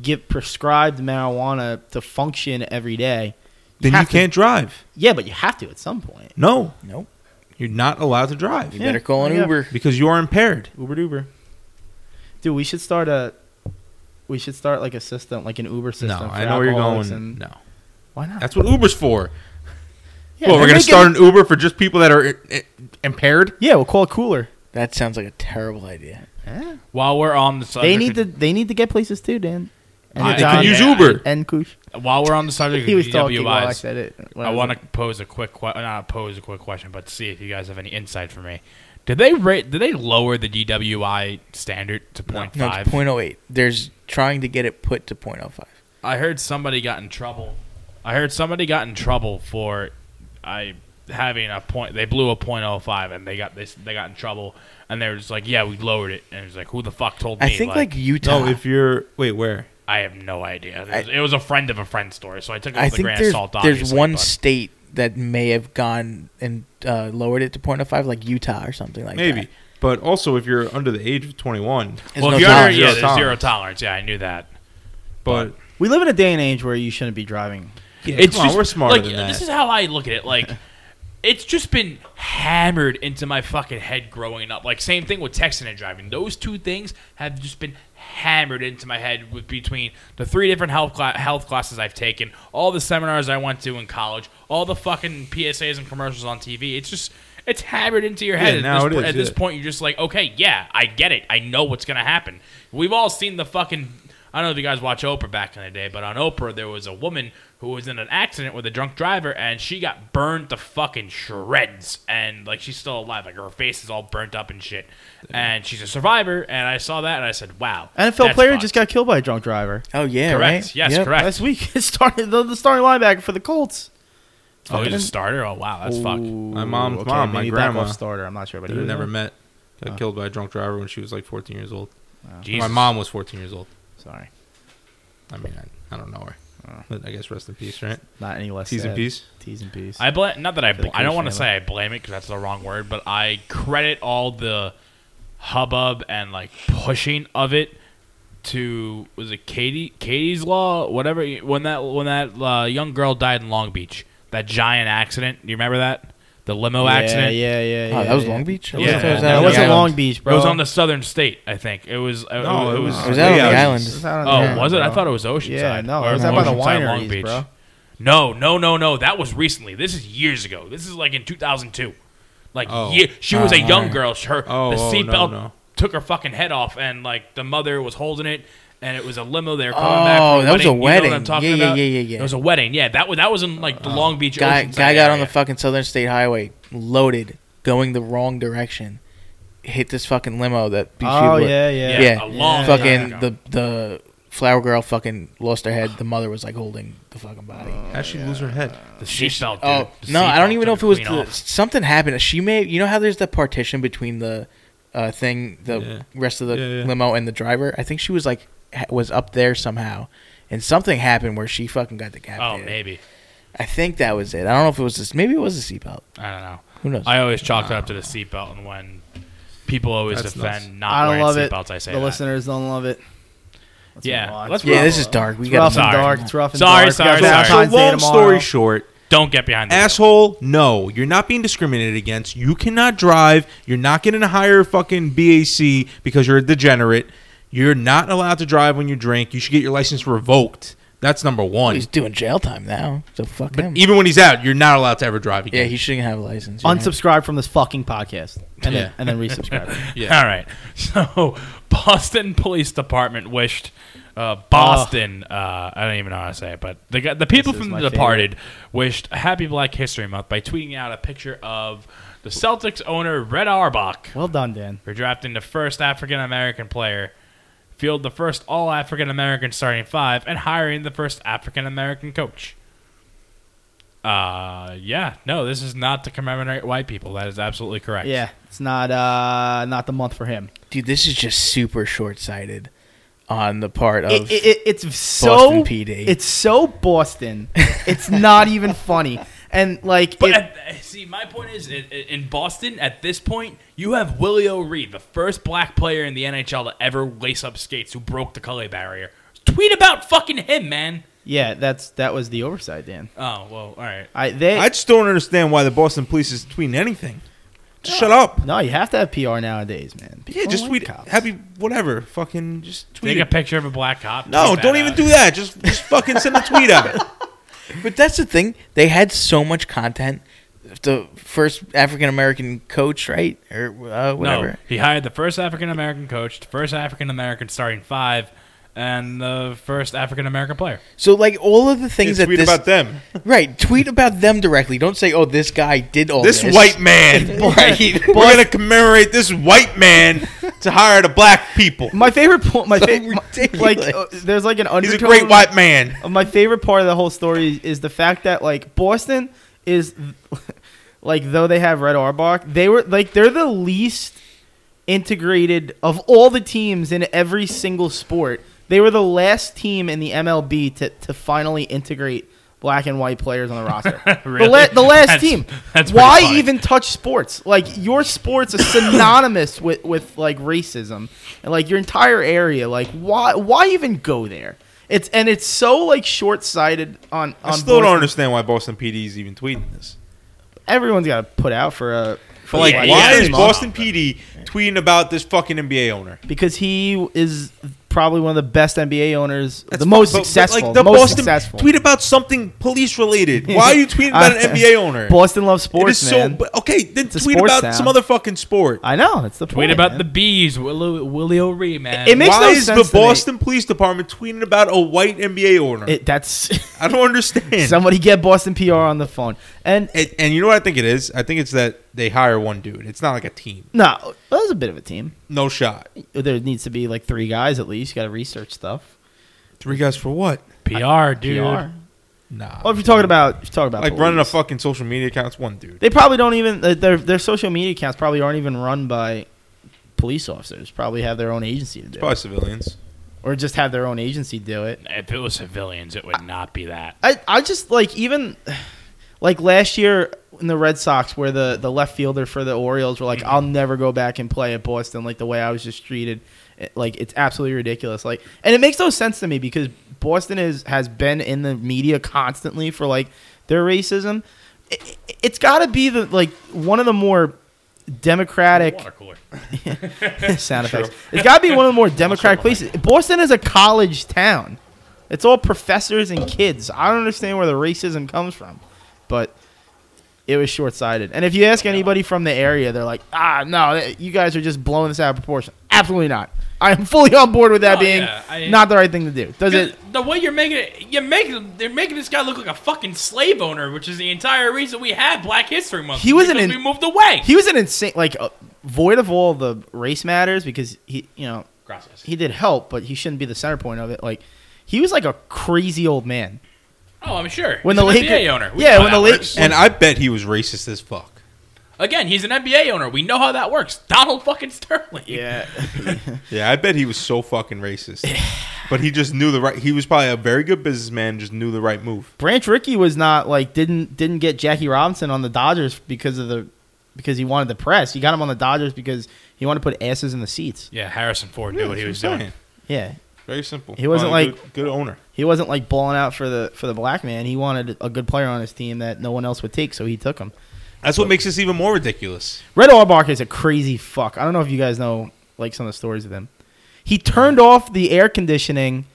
Speaker 2: get prescribed marijuana to function every day.
Speaker 3: Then you
Speaker 2: have to-
Speaker 3: can't drive.
Speaker 2: Yeah, but you have to at some point.
Speaker 3: No,
Speaker 4: Nope.
Speaker 3: you're not allowed to
Speaker 4: You
Speaker 3: drive
Speaker 2: Yeah,
Speaker 4: better call an
Speaker 2: yeah.
Speaker 4: Uber.
Speaker 3: because you are impaired.
Speaker 2: Uber Duber. Dude, we should start a. We should start like a system, like an Uber system.
Speaker 3: No,
Speaker 2: for
Speaker 3: I know where you're
Speaker 2: alcoholics
Speaker 3: going.
Speaker 2: and-
Speaker 3: No,
Speaker 2: Why not?
Speaker 3: that's what Uber's for.
Speaker 2: Yeah,
Speaker 3: well,
Speaker 2: they're
Speaker 3: we're gonna
Speaker 2: making-
Speaker 3: start an Uber for just people that are i- i- impaired.
Speaker 2: Yeah, we'll call it Cooler.
Speaker 4: That sounds like a terrible idea.
Speaker 1: while we're on the subject,
Speaker 2: They need to. They need to get places too, Dan. And
Speaker 1: I-
Speaker 3: They
Speaker 1: John-
Speaker 3: can
Speaker 2: Don
Speaker 3: use
Speaker 1: Yeah.
Speaker 3: Uber.
Speaker 2: and Kush.
Speaker 1: while we're on the subject
Speaker 2: He
Speaker 1: of
Speaker 2: was talking while I
Speaker 1: DWIs,
Speaker 2: said it. when
Speaker 1: I
Speaker 2: was
Speaker 1: want
Speaker 2: like-
Speaker 1: to pose a quick question. Not pose a quick question, but see if you guys have any insight for me. Did they rate? Did they lower the DWI standard to point
Speaker 4: No,
Speaker 1: five?
Speaker 4: it's 0.08. There's trying to get it put to 0.05.
Speaker 1: I heard somebody got in trouble. I heard somebody got in trouble for I having a point. They blew a point oh five, and they got they, they got in trouble, and they were just like, "Yeah, we lowered it." And it's like, "Who the fuck told me?"
Speaker 4: I think like, Utah.
Speaker 3: No, if you're wait, where?
Speaker 1: I have no idea. It
Speaker 4: I-
Speaker 1: was, it was a friend of a friend's story, so I took it
Speaker 4: I
Speaker 1: with a
Speaker 4: think
Speaker 1: grain of
Speaker 4: there's,
Speaker 1: salt.
Speaker 4: there's
Speaker 1: obviously,
Speaker 4: one
Speaker 1: but-
Speaker 4: state that may have gone and uh, lowered it to 0.05, like Utah or something like that.
Speaker 3: Maybe. But also, if you're under the age of 21,
Speaker 4: There's
Speaker 1: well,
Speaker 4: no
Speaker 1: if you're under,
Speaker 4: tolerance.
Speaker 1: yeah,
Speaker 3: Zero
Speaker 1: there's zero
Speaker 3: tolerance.
Speaker 1: tolerance. Yeah, I knew that.
Speaker 3: but
Speaker 2: We live in a day and age where you shouldn't be driving.
Speaker 3: yeah,
Speaker 1: it's
Speaker 3: come on,
Speaker 1: just,
Speaker 3: we're smarter
Speaker 1: like,
Speaker 3: than
Speaker 1: This is
Speaker 3: that.
Speaker 1: how I look at it. Like, it's just been hammered into my fucking head growing up. Like, same thing with texting and driving. Those two things have just been hammered into my head with between the three different health cla- health classes I've taken, all the seminars I went to in college, all the fucking PSAs and commercials on TV. It's just. It's hammered into your head.
Speaker 3: Yeah,
Speaker 1: at
Speaker 3: now
Speaker 1: this
Speaker 3: it
Speaker 1: po-
Speaker 3: is,
Speaker 1: at this
Speaker 3: yeah.
Speaker 1: point, you're just like, okay, yeah, I get it. I know what's gonna happen. We've all seen the fucking. I don't know if you guys watch Oprah back in the day, but on Oprah there was a woman who was in an accident with a drunk driver, and she got burned to fucking shreds, and like she's still alive, like her face is all burnt up and shit, and she's a survivor. And I saw that, and I said, wow,
Speaker 2: NFL
Speaker 1: that's
Speaker 2: player
Speaker 1: fucked.
Speaker 2: just got killed by a drunk driver
Speaker 4: Oh, yeah,
Speaker 1: correct.
Speaker 4: right?
Speaker 1: Yes,
Speaker 4: Yep.
Speaker 1: correct.
Speaker 2: last week. It started the, the starting linebacker for the Colts.
Speaker 1: oh, he's a starter. Oh wow, that's fucked.
Speaker 2: Ooh,
Speaker 3: My mom's mom,
Speaker 2: we
Speaker 3: my
Speaker 2: need
Speaker 3: grandma,
Speaker 2: backup starter. I'm not sure about
Speaker 3: That I never met.
Speaker 2: Oh.
Speaker 3: Got killed by a drunk driver when she was like 14 years old.
Speaker 1: Jesus.
Speaker 3: My mom was 14 years old.
Speaker 2: Sorry,
Speaker 3: I mean, I, I don't know her. But I guess rest in peace, right?
Speaker 2: not any less.
Speaker 3: T's
Speaker 2: Oh.
Speaker 3: and
Speaker 2: sad.
Speaker 3: P's?
Speaker 2: T's and P's.
Speaker 1: I blame. Not that I.
Speaker 2: For the
Speaker 1: Bl- I don't
Speaker 2: Coos
Speaker 1: want to
Speaker 2: family.
Speaker 1: say I blame it because that's the wrong word, but I credit all the hubbub and like pushing of it to was it Katie Katie's Law whatever when that when that uh, young girl died in Long Beach that giant accident. Do you remember that the limo
Speaker 2: yeah,
Speaker 1: accident?
Speaker 2: Yeah, yeah, yeah.
Speaker 4: Oh, that was
Speaker 2: yeah.
Speaker 4: Long Beach? I
Speaker 1: Yeah.
Speaker 4: thought it was
Speaker 1: No,
Speaker 4: out
Speaker 2: That
Speaker 4: on
Speaker 2: was
Speaker 4: the
Speaker 2: not
Speaker 4: island.
Speaker 2: Long Beach, bro.
Speaker 1: It was on the southern state, I think. It was. uh,
Speaker 3: No, it was-
Speaker 4: It was out on
Speaker 3: Yeah,
Speaker 4: the
Speaker 3: it
Speaker 4: island.
Speaker 2: It was out on the
Speaker 1: Oh,
Speaker 2: island,
Speaker 1: was it? I
Speaker 2: bro.
Speaker 1: thought it was Oceanside.
Speaker 2: Yeah, no,
Speaker 1: or
Speaker 2: it was out by the
Speaker 1: Oceanside,
Speaker 2: wineries, bro.
Speaker 1: No, no, no, no. That was recently. This is years ago. This is like in 2002. Like,
Speaker 3: Oh.
Speaker 1: ye- she was a
Speaker 4: Oh,
Speaker 1: young
Speaker 4: alright.
Speaker 1: girl. Her
Speaker 3: Oh,
Speaker 1: the
Speaker 3: oh, no,
Speaker 1: seatbelt
Speaker 3: no.
Speaker 1: took her fucking head off, and like the mother was holding it, and it was a limo. They were coming back.
Speaker 4: Oh,
Speaker 1: from
Speaker 4: that was a
Speaker 1: You know what I'm
Speaker 4: wedding.
Speaker 1: talking
Speaker 4: Yeah, yeah,
Speaker 1: about?
Speaker 4: yeah, yeah, yeah.
Speaker 1: It was a wedding. Yeah, that was that was in
Speaker 3: Oh.
Speaker 1: like the Long Beach.
Speaker 4: guy
Speaker 1: Oceanside
Speaker 4: guy got on
Speaker 1: area.
Speaker 4: the fucking Southern State Highway, loaded, going the wrong direction, hit this fucking limo that beat
Speaker 2: Oh
Speaker 4: you.
Speaker 2: yeah,
Speaker 1: Yeah,
Speaker 2: yeah.
Speaker 4: yeah,
Speaker 1: a long
Speaker 4: fucking
Speaker 1: time ago.
Speaker 4: the the flower girl fucking lost her head. The mother was like holding the fucking body.
Speaker 2: Oh,
Speaker 3: How'd she lose her head?
Speaker 1: The seatbelt.
Speaker 4: oh
Speaker 1: dude. The
Speaker 4: no, I
Speaker 1: seatbelt
Speaker 4: don't even know
Speaker 1: took
Speaker 4: if it was
Speaker 1: her
Speaker 4: the,
Speaker 1: clean off.
Speaker 4: something happened. She may you know how there's that partition between the uh, thing the
Speaker 3: Yeah.
Speaker 4: rest of the
Speaker 3: Yeah, yeah.
Speaker 4: limo and the driver. I think she was like ha- was up there somehow. And something happened where she fucking got
Speaker 1: Oh,
Speaker 4: decapitated.
Speaker 1: maybe.
Speaker 4: I think that was it. I don't know if it was this. Maybe it was a seatbelt.
Speaker 1: I don't know.
Speaker 4: Who knows?
Speaker 1: I always chalk it up to the seatbelt, and when people always
Speaker 3: That's
Speaker 1: defend
Speaker 3: nuts.
Speaker 1: not
Speaker 2: I don't
Speaker 1: wearing
Speaker 2: love it.
Speaker 1: seatbelts, I say
Speaker 2: the
Speaker 1: that.
Speaker 2: listeners don't love it. Let's
Speaker 1: Yeah,
Speaker 2: move on.
Speaker 1: let's
Speaker 4: yeah,
Speaker 1: Well,
Speaker 4: this is dark. We
Speaker 2: It's
Speaker 4: got
Speaker 2: rough
Speaker 4: to
Speaker 2: and
Speaker 1: Sorry.
Speaker 2: dark. It's rough and
Speaker 1: Sorry,
Speaker 2: dark.
Speaker 1: sorry,
Speaker 2: we got
Speaker 1: sorry.
Speaker 3: So
Speaker 2: Valentine's Day
Speaker 3: long story
Speaker 2: tomorrow.
Speaker 3: short,
Speaker 1: Don't get behind the wheel.
Speaker 3: asshole, no, you're not being discriminated against. You cannot drive. You're not getting a higher fucking BAC because you're a degenerate. You're not allowed to drive when you drink. You should get your license revoked. That's number one.
Speaker 4: He's doing jail time now. So fuck him.
Speaker 1: e-
Speaker 3: Even when he's out, you're not allowed to ever drive
Speaker 4: yeah,
Speaker 3: again.
Speaker 4: he shouldn't have a license. you know?
Speaker 2: Unsubscribe from this fucking podcast, and
Speaker 3: Yeah.
Speaker 2: then and then resubscribe.
Speaker 3: Yeah.
Speaker 1: All right. So, Boston Police Department wished uh, Boston, uh, I don't even know how to say it, but the, guy- the people
Speaker 2: This is
Speaker 1: from
Speaker 2: my
Speaker 1: The Departed wished a Happy Black History Month by tweeting out a picture of the Celtics owner, Red Auerbach,
Speaker 2: well done, Dan.
Speaker 1: for drafting the first African American player, field the first all African American starting five, and hiring the first African American coach. Uh, yeah, no, this is not to commemorate white people. That is absolutely correct.
Speaker 2: Yeah, it's not uh not the month for him.
Speaker 4: Dude, this is just super short sighted on the part of.
Speaker 2: It, it, it- it's so
Speaker 4: PD.
Speaker 2: It's so Boston. It's not even funny. And like,
Speaker 1: But
Speaker 2: it-
Speaker 1: at, eh, see, my point is, in, in Boston at this point, you have Willie O'Ree, the first black player in the NHL to ever lace up skates, who broke the color barrier. Tweet about fucking him, man.
Speaker 2: yeah, that's that was the oversight, Dan.
Speaker 1: Oh well, all right.
Speaker 2: I they
Speaker 3: I just don't understand why the Boston police is tweeting anything. Just shut up.
Speaker 2: no, you have to have PR nowadays, man.
Speaker 3: Yeah,
Speaker 2: People
Speaker 3: just
Speaker 2: like
Speaker 3: tweet.
Speaker 2: cops.
Speaker 3: Happy whatever. Fucking just tweet.
Speaker 1: Take a
Speaker 3: it.
Speaker 1: picture of a black cop.
Speaker 3: no,
Speaker 1: tweet that
Speaker 3: don't even
Speaker 1: out.
Speaker 3: do that. Just just fucking send a tweet out.
Speaker 4: but that's the thing. They had so much content. The first African American coach, right? Or uh,
Speaker 1: No,
Speaker 4: whatever.
Speaker 1: he hired the first African American coach, the first African American starting five, and the first African American player.
Speaker 4: So, like, all of the things
Speaker 3: Yeah,
Speaker 4: that
Speaker 3: tweet
Speaker 4: this.
Speaker 3: about them.
Speaker 4: Right. Tweet about them directly. Don't say, oh, this guy did all
Speaker 3: This
Speaker 4: this.
Speaker 3: white man.
Speaker 4: Right.
Speaker 3: We're gonna commemorate this white man to hire the black people.
Speaker 2: My favorite point. My
Speaker 4: So
Speaker 2: favorite. Like,
Speaker 4: ridiculous.
Speaker 2: uh, there's like an
Speaker 3: He's
Speaker 2: undertone.
Speaker 3: a great white man.
Speaker 2: Uh, My favorite part of the whole story is the fact that like Boston is like though they have Red Auerbach, they were like they're the least integrated of all the teams in every single sport. They were the last team in the MLB to, to finally integrate black and white players on the roster.
Speaker 1: Really?
Speaker 2: the, la- the last
Speaker 1: That's-
Speaker 2: team.
Speaker 1: that's pretty
Speaker 2: Why
Speaker 1: funny.
Speaker 2: even touch sports? Like your sports is synonymous with, with like racism and like your entire area. Like why why even go there? It's and it's so like short sighted on.
Speaker 3: I
Speaker 2: on
Speaker 3: still
Speaker 2: Boston.
Speaker 3: don't understand why Boston PD is even tweeting this.
Speaker 2: Everyone's got to put out for a.
Speaker 3: But like,
Speaker 1: Yeah,
Speaker 3: why
Speaker 1: yeah.
Speaker 3: is Boston PD tweeting about this fucking NBA owner?
Speaker 2: because he is probably one of the best NBA owners,
Speaker 3: That's
Speaker 2: the most
Speaker 3: fu- but- but,
Speaker 2: successful,
Speaker 3: like,
Speaker 2: the most
Speaker 3: Boston
Speaker 2: successful.
Speaker 3: Tweet about something police related. Why are you tweeting about an
Speaker 2: Uh,
Speaker 3: NBA owner?
Speaker 2: Boston loves
Speaker 3: it is
Speaker 2: sports,
Speaker 3: so.
Speaker 2: man.
Speaker 3: but- Okay, then
Speaker 2: a
Speaker 3: tweet
Speaker 2: sports
Speaker 3: about
Speaker 2: town.
Speaker 3: some other fucking sport.
Speaker 2: I know it's the
Speaker 1: Tweet
Speaker 2: point,
Speaker 1: about
Speaker 2: man.
Speaker 1: the bees, Willie, Willie O'Ree, man.
Speaker 2: It makes
Speaker 3: why
Speaker 2: no
Speaker 3: is
Speaker 2: sense
Speaker 3: the
Speaker 2: to me.
Speaker 3: Boston Police Department tweeting about a white NBA owner?
Speaker 2: It, that's
Speaker 3: I don't understand.
Speaker 2: somebody get Boston PR on the phone and.
Speaker 3: and, and you know what I think it is? I think it's that they hire one dude. It's not like a team.
Speaker 2: No, that was a bit of a team.
Speaker 3: No shot.
Speaker 2: There needs to be like three guys at least. You got to research stuff.
Speaker 3: Three guys for what?
Speaker 1: PR, dude.
Speaker 2: PR.
Speaker 3: Nah.
Speaker 2: Well, if you're talking about, if you're talking about
Speaker 3: like running a
Speaker 2: police,
Speaker 3: fucking social media account, it's one dude.
Speaker 2: they probably don't even uh, their their social media accounts probably aren't even run by police officers. Probably have their own agency to do,
Speaker 3: Probably
Speaker 2: it.
Speaker 3: civilians.
Speaker 2: or just have their own agency do it.
Speaker 1: If it was civilians, it would not be that.
Speaker 2: I, I just like even like last year in the Red Sox where the, the left fielder for the Orioles were like, I'll never go back and play at Boston like the way I was just treated. It- like it's absolutely ridiculous. Like and it makes no sense to me because Boston is has been in the media constantly for like their racism. It, it, it's gotta be the like one of the more democratic
Speaker 1: Water cooler.
Speaker 2: sound effects. It's got to be one of the more democratic places. Boston is a college town. It's all professors and kids. I don't understand where the racism comes from, but it was short sighted. And if you ask anybody from the area, they're like, ah, no, th- you guys are just blowing this out of proportion. Absolutely not. I am fully on board with that
Speaker 1: Oh,
Speaker 2: being
Speaker 1: yeah, I-
Speaker 2: not the right thing to do. Does it?
Speaker 1: the way you're making it, you're making they're making this guy look like a fucking slave owner, which is the entire reason we had Black History Month.
Speaker 2: He was an
Speaker 1: because
Speaker 2: in-
Speaker 1: we moved away.
Speaker 2: He was an insane, like, uh, void of all the race matters because he, you know,
Speaker 1: Gracias.
Speaker 2: he did help, but he shouldn't be the center point of it. Like, he was like a crazy old man.
Speaker 1: oh, I'm sure.
Speaker 2: When
Speaker 1: He's
Speaker 2: the
Speaker 1: an
Speaker 2: Laker-
Speaker 1: NBA owner, We
Speaker 2: yeah,
Speaker 1: know
Speaker 2: when
Speaker 1: how
Speaker 2: the
Speaker 1: that
Speaker 2: Lake-
Speaker 1: works.
Speaker 3: And I bet he was racist as fuck.
Speaker 1: again, he's an NBA owner. We know how that works. Donald fucking Sterling.
Speaker 3: Yeah, I bet he was so fucking racist. but he just knew the right. He was probably a very good businessman. Just knew the right move.
Speaker 2: Branch Rickey was not like didn't didn't get Jackie Robinson on the Dodgers because of the because he wanted the press. He got him on the Dodgers because he wanted to put asses in the seats.
Speaker 1: Yeah, Harrison Ford knew
Speaker 3: Yeah,
Speaker 1: what he was
Speaker 3: that's I'm
Speaker 1: doing.
Speaker 3: saying.
Speaker 2: Yeah.
Speaker 3: Very simple.
Speaker 2: He wasn't
Speaker 3: Find a
Speaker 2: like-
Speaker 3: good, good owner.
Speaker 2: He wasn't like balling out for the for the black man. He wanted a good player on his team that no one else would take, so he took him.
Speaker 3: That's what makes this even more ridiculous.
Speaker 2: Red Auerbach is a crazy fuck. I don't know if you guys know like some of the stories of him. He turned off the air conditioning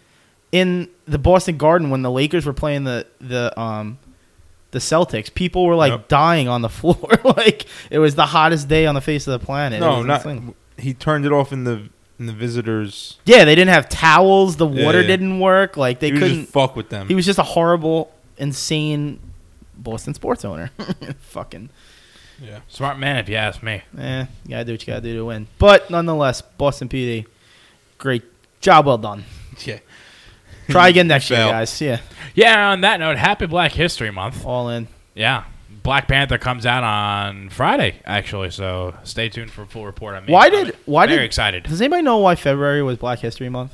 Speaker 2: in the Boston Garden when the Lakers were playing the the um the Celtics. People were like
Speaker 3: Yep.
Speaker 2: dying on the floor. like it was the hottest day on the face of the planet. It
Speaker 3: no,
Speaker 2: was
Speaker 3: not.
Speaker 2: insane.
Speaker 3: He turned it off in the in the visitors.
Speaker 2: Yeah, they didn't have towels. The
Speaker 3: Yeah,
Speaker 2: water
Speaker 3: yeah.
Speaker 2: didn't work. Like they
Speaker 3: he would
Speaker 2: couldn't.
Speaker 3: just fuck with them.
Speaker 2: he was just a horrible, insane Boston sports owner. Fucking.
Speaker 3: yeah.
Speaker 1: Smart man, if you ask me.
Speaker 2: Eh, you gotta do what you gotta do to win. But nonetheless, Boston PD, great job, well done.
Speaker 3: Yeah.
Speaker 2: Try again next year,
Speaker 3: Fail.
Speaker 2: guys. Yeah,
Speaker 1: Yeah. On that note, Happy Black History Month.
Speaker 2: all in.
Speaker 1: Yeah. Black Panther comes out on Friday, actually. So stay tuned for a full report on me.
Speaker 2: Why
Speaker 1: I'm
Speaker 2: did? Why
Speaker 1: very
Speaker 2: did?
Speaker 1: excited?
Speaker 2: Does anybody know why February was Black History Month?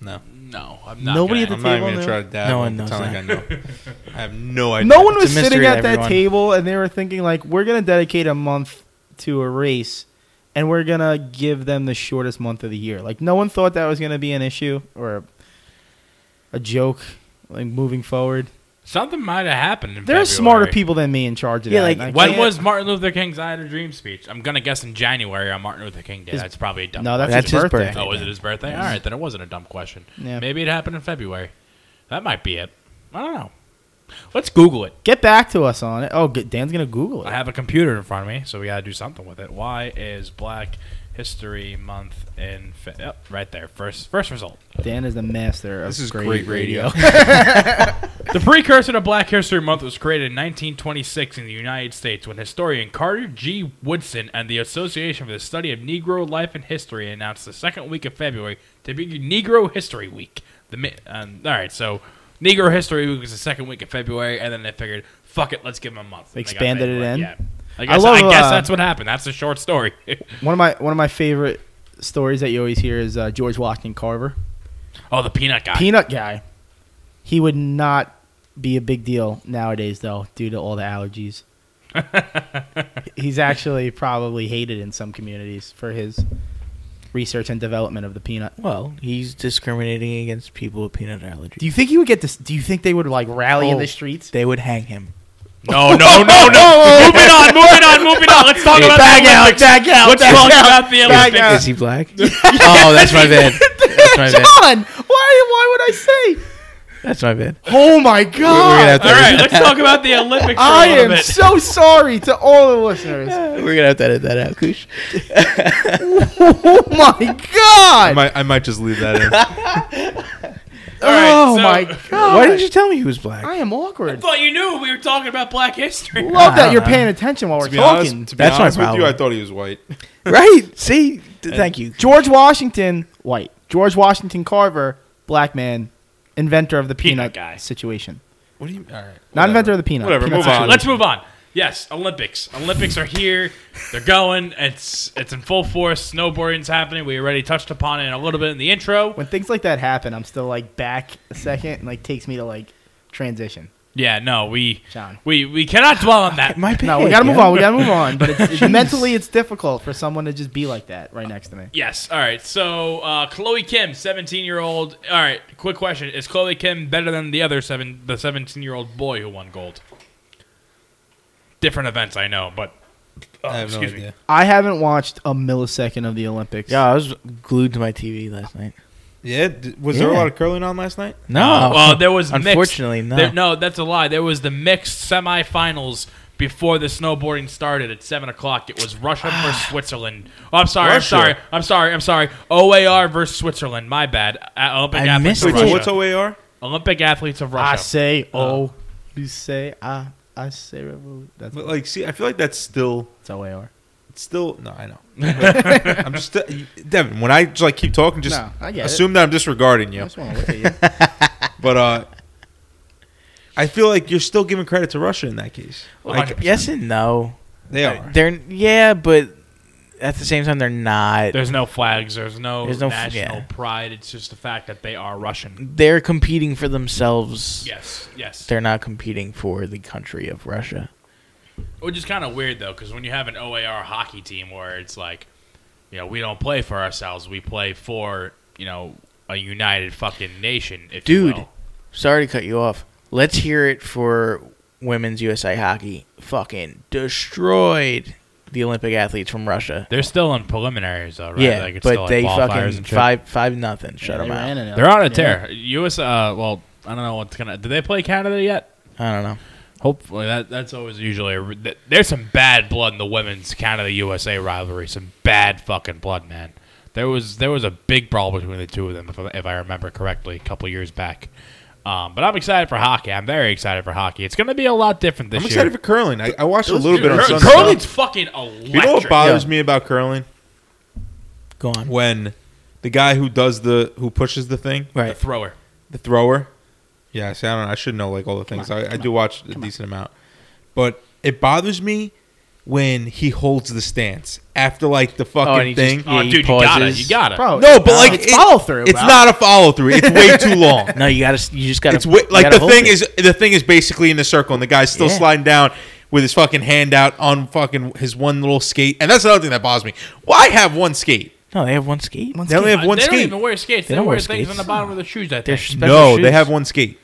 Speaker 3: No.
Speaker 1: No, I'm not.
Speaker 2: Nobody
Speaker 1: gonna-
Speaker 2: at
Speaker 3: I'm not even
Speaker 2: table
Speaker 3: gonna
Speaker 2: now?
Speaker 3: try to dab.
Speaker 4: No
Speaker 3: No
Speaker 4: one
Speaker 3: one
Speaker 4: knows
Speaker 3: Like I, know. I have no idea.
Speaker 2: No one
Speaker 4: It's a
Speaker 2: was sitting
Speaker 4: mystery to
Speaker 2: at that
Speaker 4: everyone.
Speaker 2: table, and they were thinking like, we're gonna dedicate a month to a race, and we're gonna give them the shortest month of the year. Like, no one thought that was gonna be an issue or a joke. Like moving forward,
Speaker 1: Something might have happened. In
Speaker 2: there are
Speaker 1: February.
Speaker 2: smarter people than me in charge of
Speaker 4: Yeah,
Speaker 2: that.
Speaker 4: like,
Speaker 2: and I
Speaker 1: When
Speaker 2: can't-
Speaker 1: was Martin Luther King's "I Had a Dream" speech? I'm gonna guess in January on Martin Luther King Day.
Speaker 2: His-
Speaker 1: That's probably a dumb.
Speaker 2: No, that's,
Speaker 1: question.
Speaker 4: That's his birthday.
Speaker 1: oh, was it his birthday? All right, then it wasn't a dumb question.
Speaker 3: Oh,
Speaker 2: Yeah.
Speaker 1: Maybe it happened in February. That might be it. I don't know. Let's Google it.
Speaker 2: Get back to us on it. Oh, good. Dan's gonna Google
Speaker 1: I
Speaker 2: it.
Speaker 1: have a computer in front of me, so we gotta do something with it. Why is Black History Month in? Fe- yep, right there. First, first result.
Speaker 2: Dan is the master of
Speaker 3: This is
Speaker 2: great,
Speaker 3: great
Speaker 2: radio.
Speaker 3: radio.
Speaker 1: The precursor to Black History Month was created in 1926 in the United States when historian Carter G. Woodson and the Association for the Study of Negro Life and History announced the second week of February to be Negro History Week. The mi- um, all right, so Negro History Week was the second week of February, and then they figured, "Fuck it, let's give them a month."
Speaker 2: They
Speaker 1: And got
Speaker 2: expanded it
Speaker 1: February,
Speaker 2: in?
Speaker 1: Yeah, I
Speaker 2: I
Speaker 1: guess, I
Speaker 2: love,
Speaker 1: guess
Speaker 2: uh,
Speaker 1: that's what happened. That's a short story.
Speaker 2: One of my one of my favorite stories that you always hear is uh, George Washington Carver.
Speaker 1: Oh, the peanut guy.
Speaker 2: Peanut guy. He would not be a big deal nowadays, though, due to all the allergies. He's actually probably hated in some communities for his research and development of the peanut.
Speaker 4: Well, he's discriminating against people with peanut allergies.
Speaker 2: Do you think he would get this? Do you think they would like rally in
Speaker 4: Oh.
Speaker 2: the streets?
Speaker 4: They would hang him.
Speaker 1: no, no, no, no. moving on, moving on, moving on. Let's talk about
Speaker 2: Back
Speaker 1: the
Speaker 2: out,
Speaker 1: Olympics.
Speaker 2: back out.
Speaker 1: Let's
Speaker 2: back
Speaker 1: talk
Speaker 2: out,
Speaker 1: about the
Speaker 2: back
Speaker 1: Olympics.
Speaker 2: out.
Speaker 4: Is he black? oh, that's my bad. That's my bad.
Speaker 2: John, why? Why would I say?
Speaker 4: That's my bad.
Speaker 2: Oh my
Speaker 4: We're gonna have
Speaker 2: God!
Speaker 1: All
Speaker 4: to
Speaker 1: right, let's talk about the Olympics for
Speaker 2: I
Speaker 1: a little
Speaker 2: am
Speaker 1: bit.
Speaker 2: so sorry to all the listeners.
Speaker 4: We're gonna have to edit that out, Kush.
Speaker 2: Oh my
Speaker 3: I
Speaker 2: God!
Speaker 3: might, I might just leave that in.
Speaker 1: All right,
Speaker 2: oh
Speaker 1: so-
Speaker 2: my God!
Speaker 4: Why did you tell me he was black?
Speaker 2: I am awkward.
Speaker 1: But you knew we were talking about Black History.
Speaker 2: Love that you're
Speaker 4: Uh-huh.
Speaker 2: paying attention while we're
Speaker 3: To be
Speaker 2: talking.
Speaker 3: honest, to be
Speaker 4: That's my
Speaker 3: honest with you,
Speaker 4: problem.
Speaker 3: I thought he was white.
Speaker 4: right? See, Th- thank you.
Speaker 2: George Washington, white. George Washington Carver, black man, inventor of the
Speaker 1: Peanut
Speaker 2: peanut,
Speaker 1: guy.
Speaker 2: situation.
Speaker 3: What do you? All right,
Speaker 2: Not
Speaker 3: whatever.
Speaker 2: inventor of the peanut.
Speaker 3: Whatever,
Speaker 2: peanut
Speaker 3: move
Speaker 1: All
Speaker 3: on.
Speaker 1: right, let's move on. Yes, Olympics. Olympics are here. They're going. It's it's in full force. Snowboarding's happening. We already touched upon it a little bit in the intro.
Speaker 2: When things like that happen, I'm still like back a second and like takes me to like transition.
Speaker 1: Yeah, no, we
Speaker 2: John.
Speaker 1: we we cannot dwell on that.
Speaker 4: My bad.
Speaker 2: No, we gotta move
Speaker 4: yo.
Speaker 2: on. We gotta move on. But it's, it's mentally, it's difficult for someone to just be like that right next to me.
Speaker 1: Yes. All right. So uh, Chloe Kim, seventeen-year-old. All right. Quick question: Is Chloe Kim better than the other seven, the seventeen-year-old boy who won gold? Different events, I know, but uh,
Speaker 3: I have no
Speaker 1: excuse me.
Speaker 3: idea.
Speaker 2: I haven't watched a millisecond of the Olympics.
Speaker 4: Yeah, I was glued to my TV last night.
Speaker 3: Yeah, d- was
Speaker 4: Yeah.
Speaker 3: there a lot of curling on last night?
Speaker 4: No.
Speaker 1: well, there was mixed-
Speaker 4: Oh. unfortunately no.
Speaker 1: there- no, that's a lie. There was the mixed semifinals before the snowboarding started at seven o'clock. It was Russia
Speaker 4: Ah.
Speaker 1: versus Switzerland. Oh, I'm sorry.
Speaker 3: Russia.
Speaker 1: I'm sorry. I'm sorry. I'm sorry. OAR versus Switzerland. My bad. Uh, Olympic
Speaker 4: I
Speaker 1: athletes
Speaker 4: missed
Speaker 1: of
Speaker 3: Wait,
Speaker 4: it. Ah,
Speaker 3: so
Speaker 1: Russia.
Speaker 3: what's OAR?
Speaker 1: Olympic athletes of
Speaker 2: I
Speaker 1: Russia. Uh-huh.
Speaker 2: say, oh, you say, I, I say, revolution. That's
Speaker 3: But like, see, I feel like that's still,
Speaker 2: that's how we are.
Speaker 3: it's still. No, I know. I'm just uh, Devin. When I just like keep talking, just
Speaker 2: No, I get it.
Speaker 3: assume that I'm disregarding you.
Speaker 2: I just want to look at you.
Speaker 3: But uh, I feel like you're still giving credit to Russia in that case.
Speaker 4: like yes and no.
Speaker 3: They are.
Speaker 4: They're yeah, but at the same time they're not.
Speaker 1: There's no flags. There's no,
Speaker 4: There's no f-
Speaker 1: national
Speaker 4: yeah.
Speaker 1: pride. It's just the fact that they are Russian.
Speaker 4: They're competing for themselves.
Speaker 1: Yes, yes.
Speaker 4: They're not competing for the country of Russia.
Speaker 1: Which is kind of weird though, because when you have an OAR hockey team where it's like, you know, we don't play for ourselves. We play for you know a united fucking nation. If you
Speaker 4: Dude.
Speaker 1: will.
Speaker 4: Sorry to cut you off. Let's hear it for women's USA hockey. Fucking destroyed the Olympic athletes from Russia.
Speaker 1: they're still in preliminaries though, right?
Speaker 4: yeah,
Speaker 1: Like, it's still, like,
Speaker 4: but they
Speaker 1: qualifiers
Speaker 4: fucking
Speaker 1: and shit.
Speaker 4: five five nothing. Shut them
Speaker 2: They ran
Speaker 4: out.
Speaker 2: it up.
Speaker 1: They're on a
Speaker 2: Yeah.
Speaker 1: tear. U.S. Uh, well, I don't know what's gonna. Did they play Canada yet?
Speaker 4: I don't know.
Speaker 1: Hopefully, that that's always usually. A, th- there's some bad blood in the women's Canada USA rivalry. Some bad fucking blood, man. There was there was a big brawl between the two of them, if, I- if I remember correctly, a couple years back. Um, but I'm excited for hockey. I'm very excited for hockey. It's going to be a lot different this
Speaker 3: I'm
Speaker 1: year.
Speaker 3: excited for curling. I, I watched a little bit on
Speaker 1: Cur-
Speaker 3: Sunday.
Speaker 1: curling's fucking electric.
Speaker 3: You know what bothers
Speaker 4: Yeah.
Speaker 3: me about curling?
Speaker 4: Go on.
Speaker 3: When the guy who does the who pushes the thing,
Speaker 1: the
Speaker 4: Right.
Speaker 1: thrower.
Speaker 3: the thrower. Yeah, see, I don't. know. I should know like all the things. I, I do watch a decent amount, but it bothers me when he holds the stance after like the
Speaker 4: and
Speaker 3: fucking
Speaker 4: he
Speaker 3: thing.
Speaker 4: just-
Speaker 1: Oh,
Speaker 4: Yeah, he
Speaker 1: dude, you got it.
Speaker 4: pauses.
Speaker 1: You got it.
Speaker 2: Bro,
Speaker 3: no, but
Speaker 2: uh,
Speaker 3: like
Speaker 2: it's
Speaker 3: it-
Speaker 2: follow through.
Speaker 3: It's not a follow through. It's way too long.
Speaker 4: Oh, No, you gotta. You just gotta.
Speaker 3: It's way,
Speaker 4: you
Speaker 3: like
Speaker 4: gotta
Speaker 3: the
Speaker 4: hold
Speaker 3: thing
Speaker 4: it.
Speaker 3: is the thing is basically in the circle, and the guy's still
Speaker 4: Yeah.
Speaker 3: sliding down with his fucking hand out on fucking his one little skate. And that's another thing that bothers me. Why have one skate?
Speaker 4: No, they have one skate.
Speaker 3: They only have
Speaker 1: Uh,
Speaker 3: one
Speaker 1: they don't
Speaker 3: skate.
Speaker 1: even wear skates. They,
Speaker 4: They don't
Speaker 1: wear
Speaker 4: wear
Speaker 1: things on
Speaker 4: skates.
Speaker 1: the bottom of their shoes, I
Speaker 4: They're
Speaker 1: think.
Speaker 4: special
Speaker 3: No,
Speaker 4: shoes.
Speaker 3: they have one skate.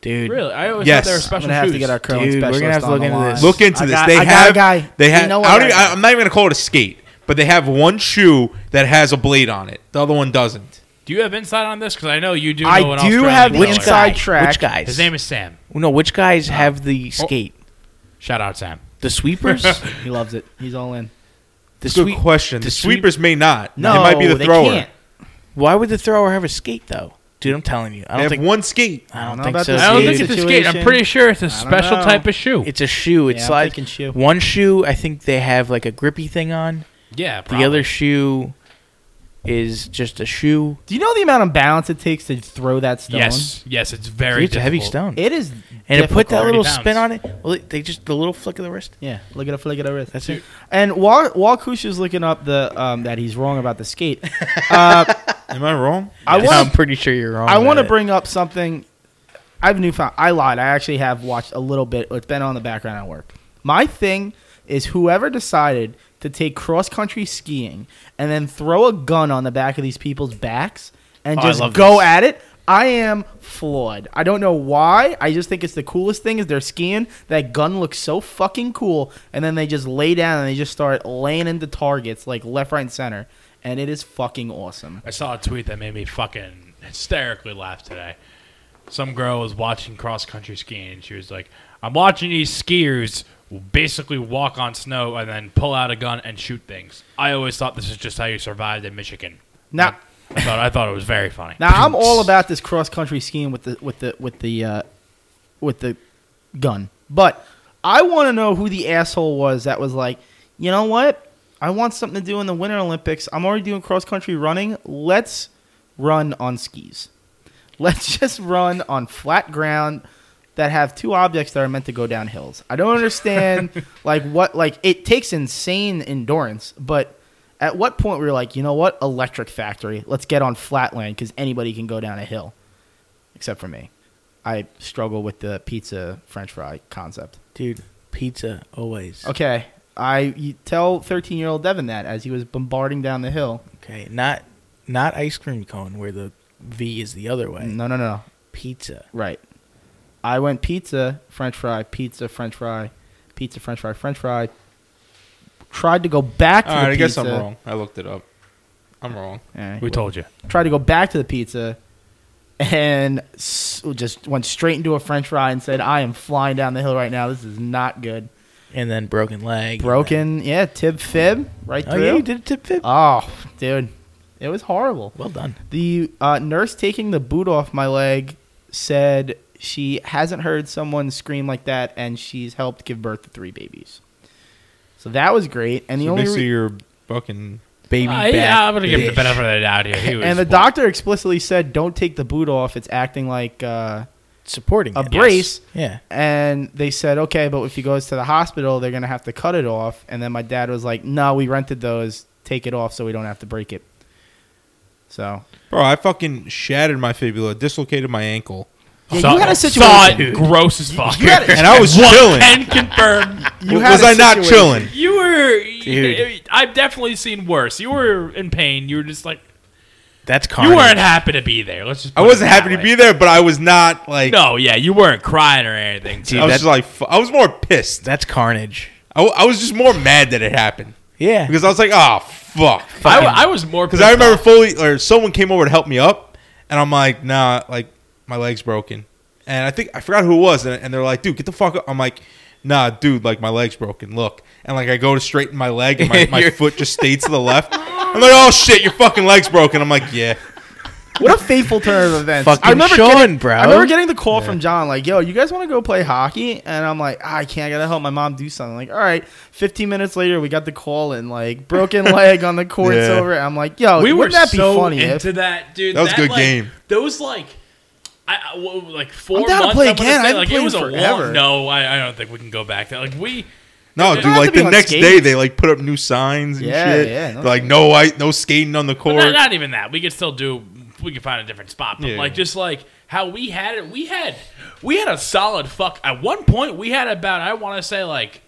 Speaker 4: Dude,
Speaker 1: really? I always thought
Speaker 3: Yes.
Speaker 1: they were
Speaker 3: I'm
Speaker 2: I'm
Speaker 1: special
Speaker 2: gonna have
Speaker 1: shoes.
Speaker 2: to get our curling
Speaker 4: Dude, we're gonna
Speaker 2: specialist
Speaker 4: have to
Speaker 2: on
Speaker 4: look
Speaker 2: the
Speaker 4: into
Speaker 2: line.
Speaker 4: this.
Speaker 3: Look into
Speaker 2: I
Speaker 3: this.
Speaker 2: got-
Speaker 3: they
Speaker 2: I got
Speaker 3: have.
Speaker 2: a guy.
Speaker 3: They have.
Speaker 2: We know
Speaker 3: I
Speaker 2: a
Speaker 3: don't even,
Speaker 2: guy.
Speaker 3: I- I'm not even gonna call it a skate, but they have one shoe that has a blade on it. The other one doesn't.
Speaker 1: Do you have insight on this? Because I know you do.
Speaker 2: I
Speaker 1: know an
Speaker 2: do
Speaker 1: Australian curler.
Speaker 2: have the
Speaker 4: which
Speaker 2: inside
Speaker 4: guy?
Speaker 2: track.
Speaker 4: Which guys?
Speaker 1: His name is Sam.
Speaker 4: no, which guys have the
Speaker 3: oh.
Speaker 4: skate?
Speaker 1: Shout out Sam.
Speaker 4: The sweepers.
Speaker 2: He loves it. He's all in.
Speaker 4: the
Speaker 3: Good
Speaker 4: sweep.
Speaker 3: question.
Speaker 4: the
Speaker 3: The,
Speaker 4: sweep-
Speaker 3: sweepers may not.
Speaker 2: No,
Speaker 3: it might be the
Speaker 2: they
Speaker 3: thrower.
Speaker 2: can't.
Speaker 4: Why would the thrower have a skate though? Dude, I'm telling you,
Speaker 3: They
Speaker 4: I don't
Speaker 3: have
Speaker 4: think.
Speaker 3: one skate.
Speaker 2: I
Speaker 4: I
Speaker 2: don't
Speaker 4: don't
Speaker 2: know
Speaker 4: think
Speaker 2: about
Speaker 4: so.
Speaker 2: the
Speaker 1: I don't
Speaker 4: dude.
Speaker 1: think it's a skate.
Speaker 2: Situation.
Speaker 1: I'm pretty sure it's a
Speaker 2: don't
Speaker 1: special
Speaker 2: know.
Speaker 1: type of shoe.
Speaker 4: It's a shoe. It's
Speaker 2: Yeah, I'm
Speaker 4: like
Speaker 2: thinking shoe.
Speaker 4: one shoe. I think they have like a grippy thing on.
Speaker 1: yeah,
Speaker 4: The other shoe is just a shoe.
Speaker 2: Do you know the amount of balance it takes to throw that stone?
Speaker 1: Yes, yes, it's very
Speaker 4: It's a heavy
Speaker 1: difficult.
Speaker 4: stone.
Speaker 2: It is.
Speaker 4: and to put that
Speaker 2: difficult.
Speaker 4: little
Speaker 1: 30
Speaker 4: spin on
Speaker 1: pounds.
Speaker 4: it, well, it- they just the little flick of the wrist.
Speaker 2: Yeah, look at a flick at a wrist.
Speaker 4: That's it.
Speaker 2: And while while Kush is looking up the um, that he's wrong about the skate, uh,
Speaker 3: Am I wrong?
Speaker 2: I
Speaker 4: Yes.
Speaker 2: want
Speaker 4: I'm pretty sure you're wrong.
Speaker 2: I
Speaker 4: about
Speaker 2: want to
Speaker 4: it.
Speaker 2: bring up something. I've newfound. I lied. I actually have watched a little bit. It's been on the background at work. My thing is whoever decided to take cross country skiing and then throw a gun on the back of these people's backs and
Speaker 1: Oh, I
Speaker 2: just
Speaker 1: love
Speaker 2: go
Speaker 1: this.
Speaker 2: at it. I am flawed. I don't know why. I just think it's the coolest thing is they're skiing. That gun looks so fucking cool, and then they just lay down and they just start laying into targets like left, right, and center, and it is fucking awesome.
Speaker 1: I saw a tweet that made me fucking hysterically laugh today. Some girl was watching cross country skiing and she was like, I'm watching these skiers basically walk on snow and then pull out a gun and shoot things. I always thought this is just how you survived in Michigan.
Speaker 2: Now,
Speaker 1: I thought, I thought it was very funny.
Speaker 2: Now I'm all about this cross country skiing with the with the with the uh, with the gun, but I want to know who the asshole was that was like, you know what? I want something to do in the Winter Olympics. I'm already doing cross country running. Let's run on skis. Let's just run on flat ground that have two objects that are meant to go down hills. I don't understand like what like it takes insane endurance, but at what point we were like, you know what, electric factory, let's get on flatland because anybody can go down a hill, except for me. I struggle with the pizza French fry concept.
Speaker 4: dude. Pizza always. Okay.
Speaker 2: Okay, I you tell thirteen year old Devin that as he was bombarding down the hill.
Speaker 4: not not ice cream cone where the V is the other way.
Speaker 2: No, no, no,
Speaker 4: Pizza.
Speaker 2: right. I went pizza French fry, pizza French fry, pizza French fry, French fry. Tried to go back to
Speaker 3: All
Speaker 2: the
Speaker 3: right, I guess
Speaker 2: pizza.
Speaker 3: I'm wrong. I looked it up. I'm wrong.
Speaker 2: All right.
Speaker 1: We told you.
Speaker 2: tried to go back to the pizza and s- just went straight into a french fry and said i am flying down the hill right now this is not good
Speaker 4: And then broken leg. and
Speaker 2: broken yeah tib fib right
Speaker 4: then-
Speaker 2: through
Speaker 4: Oh yeah, you did a tip fib.
Speaker 2: oh dude it was horrible
Speaker 4: well done.
Speaker 2: the uh, nurse taking the boot off my leg said she hasn't heard someone scream like that and she's helped give birth to three babies so that was great and the
Speaker 3: So
Speaker 2: only
Speaker 3: basically,
Speaker 2: re-
Speaker 3: you're fucking.
Speaker 4: Baby
Speaker 1: Uh,
Speaker 4: back.
Speaker 1: yeah, I'm going to give him the
Speaker 4: bitch.
Speaker 1: benefit of the doubt here. He was
Speaker 2: and the
Speaker 1: poor.
Speaker 2: doctor explicitly said don't take the boot off it's acting like uh,
Speaker 4: supporting
Speaker 2: a
Speaker 4: it.
Speaker 2: brace
Speaker 4: Yeah.
Speaker 2: and they said, okay, but if he goes to the hospital, they're gonna have to cut it off. And then my dad was like, no, we rented those, take it off so we don't have to break it. So
Speaker 3: Bro, I fucking shattered my fibula, dislocated my ankle.
Speaker 2: Yeah,
Speaker 1: Saw-
Speaker 2: you had a
Speaker 1: Saw it
Speaker 2: situation.
Speaker 1: gross as fuck.
Speaker 2: you had a-
Speaker 3: And I was chilling.
Speaker 1: Can confirm.
Speaker 2: you
Speaker 3: W-
Speaker 2: had
Speaker 3: was
Speaker 2: a
Speaker 3: I not
Speaker 2: situation.
Speaker 3: chilling?
Speaker 1: You were.
Speaker 4: Dude.
Speaker 1: I've definitely seen worse. You were in pain. You were just like.
Speaker 4: That's carnage.
Speaker 1: You weren't happy to be there. Let's just
Speaker 3: I wasn't happy to be there, but I was not like.
Speaker 1: No, yeah, you weren't crying or anything.
Speaker 3: I
Speaker 1: Dude,
Speaker 3: was
Speaker 4: that-
Speaker 3: just like, fu- I was more pissed.
Speaker 4: That's carnage.
Speaker 3: I, w- I was just more mad that it happened
Speaker 4: Yeah.
Speaker 3: because I was like, oh fuck.
Speaker 1: I, w- I was more
Speaker 3: Because I
Speaker 1: pissed
Speaker 3: remember
Speaker 1: off.
Speaker 3: fully, or someone came over to help me up, and I'm like, nah, like my leg's broken, and I think I forgot who it was, and, and they're like, dude, get the fuck up. I'm like, nah, dude, like my leg's broken. Look, and like I go to straighten my leg, and my, my
Speaker 4: You're-
Speaker 3: foot just stayed to the left. I'm like, oh shit, your fucking leg's broken. I'm like, yeah.
Speaker 2: What a fateful turn of events.
Speaker 4: Fucking
Speaker 2: I remember
Speaker 4: Sean,
Speaker 2: getting,
Speaker 4: bro.
Speaker 2: I remember getting the call from John, like, yo, you guys want to go play hockey? And I'm like, "Ah, I can't. I gotta help my mom do something. Like, all right. 15 minutes later, we got the call and like broken leg on the courts
Speaker 3: Yeah.
Speaker 2: over. I'm like, yo,
Speaker 1: We were
Speaker 2: wouldn't that be
Speaker 1: so
Speaker 2: funny? if-
Speaker 1: into that, dude.
Speaker 3: That was a good
Speaker 1: like,
Speaker 3: game.
Speaker 1: Those like, I, I what, like 4
Speaker 2: I'm down to
Speaker 1: months.
Speaker 2: play
Speaker 1: I wanna
Speaker 2: again. I
Speaker 1: Say,
Speaker 2: haven't
Speaker 1: like it
Speaker 2: played
Speaker 1: was
Speaker 2: in
Speaker 1: a
Speaker 2: forever.
Speaker 1: long. No, I, I don't think we can go back. That like we.
Speaker 3: No,
Speaker 1: It
Speaker 3: dude.
Speaker 1: had
Speaker 3: Like
Speaker 2: to be
Speaker 3: the
Speaker 2: on
Speaker 3: next
Speaker 2: skates.
Speaker 3: day, they like put up new signs and
Speaker 2: Yeah,
Speaker 3: shit.
Speaker 2: yeah, no.
Speaker 3: They're like no, I no skating on the
Speaker 1: But
Speaker 3: court.
Speaker 1: not, not even that. We could still do. We could find a different spot. But
Speaker 3: Yeah.
Speaker 1: like just like how we had it, we had we had a solid fuck. At one point, we had about I want to say like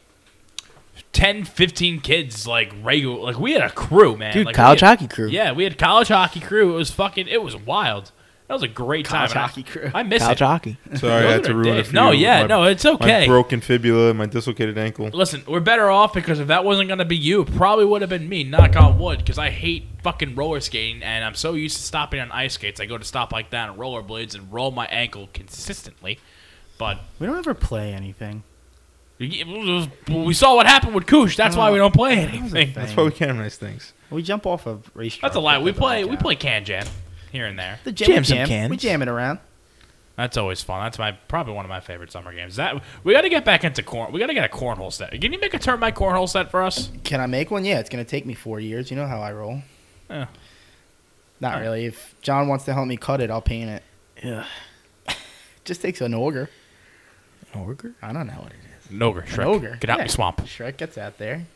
Speaker 1: 10, 15 kids like regular. Like we had a crew, man.
Speaker 4: Dude,
Speaker 1: Like, we
Speaker 4: college
Speaker 1: had-
Speaker 4: hockey crew.
Speaker 1: Yeah, we had college hockey crew. It was fucking. It was wild. That was a great time.
Speaker 2: College
Speaker 1: and I-
Speaker 2: hockey crew.
Speaker 1: I miss
Speaker 4: College
Speaker 1: it.
Speaker 4: hockey.
Speaker 3: Sorry, I had
Speaker 1: Those
Speaker 3: to
Speaker 1: are
Speaker 3: ruin it
Speaker 1: days.
Speaker 3: for
Speaker 1: No,
Speaker 3: you with
Speaker 1: yeah,
Speaker 3: my-
Speaker 1: no, it's
Speaker 3: My
Speaker 1: okay.
Speaker 3: broken fibula, and my dislocated ankle.
Speaker 1: Listen, we're better off because if that wasn't gonna be you, it probably would have been me. Knock on wood, because I hate fucking roller skating, and I'm so used to stopping on ice skates. I go to stop like that on rollerblades and roll my ankle consistently. But
Speaker 2: we don't ever play anything.
Speaker 1: we saw what happened with Koosh. That's why we don't play anything.
Speaker 3: That's why we can't have nice things.
Speaker 2: We jump off of racetrack.
Speaker 1: That's a lie. We play we play can jam here and there.
Speaker 2: the jam,
Speaker 4: Jam some
Speaker 2: jam.
Speaker 4: cans.
Speaker 2: We jam it around.
Speaker 1: That's always fun. That's my probably one of my favorite summer games. That we got to get back into corn. We got to get a cornhole set. Can you make a turn my cornhole set for us?
Speaker 2: Can I make one? Yeah, it's gonna take me four years. You know how I roll.
Speaker 1: Yeah.
Speaker 2: Not really. If John wants to help me cut it, I'll paint it.
Speaker 4: Yeah.
Speaker 2: Just takes an ogre.
Speaker 4: Orger?
Speaker 2: I don't know what it is.
Speaker 1: An ogre, Shrek.
Speaker 2: An ogre.
Speaker 1: Get out
Speaker 2: Yeah.
Speaker 1: your swamp.
Speaker 2: Shrek gets out there,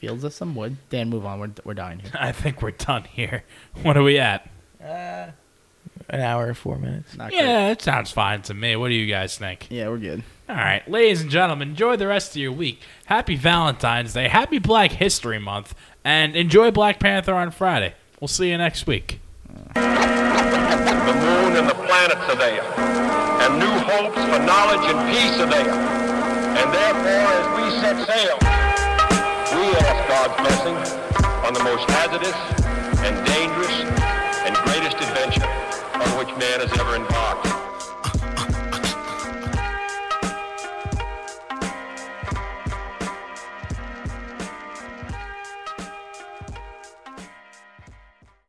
Speaker 2: fields us some wood. Dan, move on. We're, we're dying here.
Speaker 1: I think we're done here. What are we at?
Speaker 4: An hour and four minutes.
Speaker 2: Not great.
Speaker 1: Yeah, it sounds fine to me. What do you guys think?
Speaker 2: Yeah, we're good.
Speaker 1: All right, ladies and gentlemen, enjoy the rest of your week. Happy Valentine's Day. Happy Black History Month. And enjoy Black Panther on Friday. We'll see you next week.
Speaker 5: The moon and the planets are there, and new hopes for knowledge and peace are there. And therefore, as we set sail, we ask God's blessing on the most hazardous and dangerous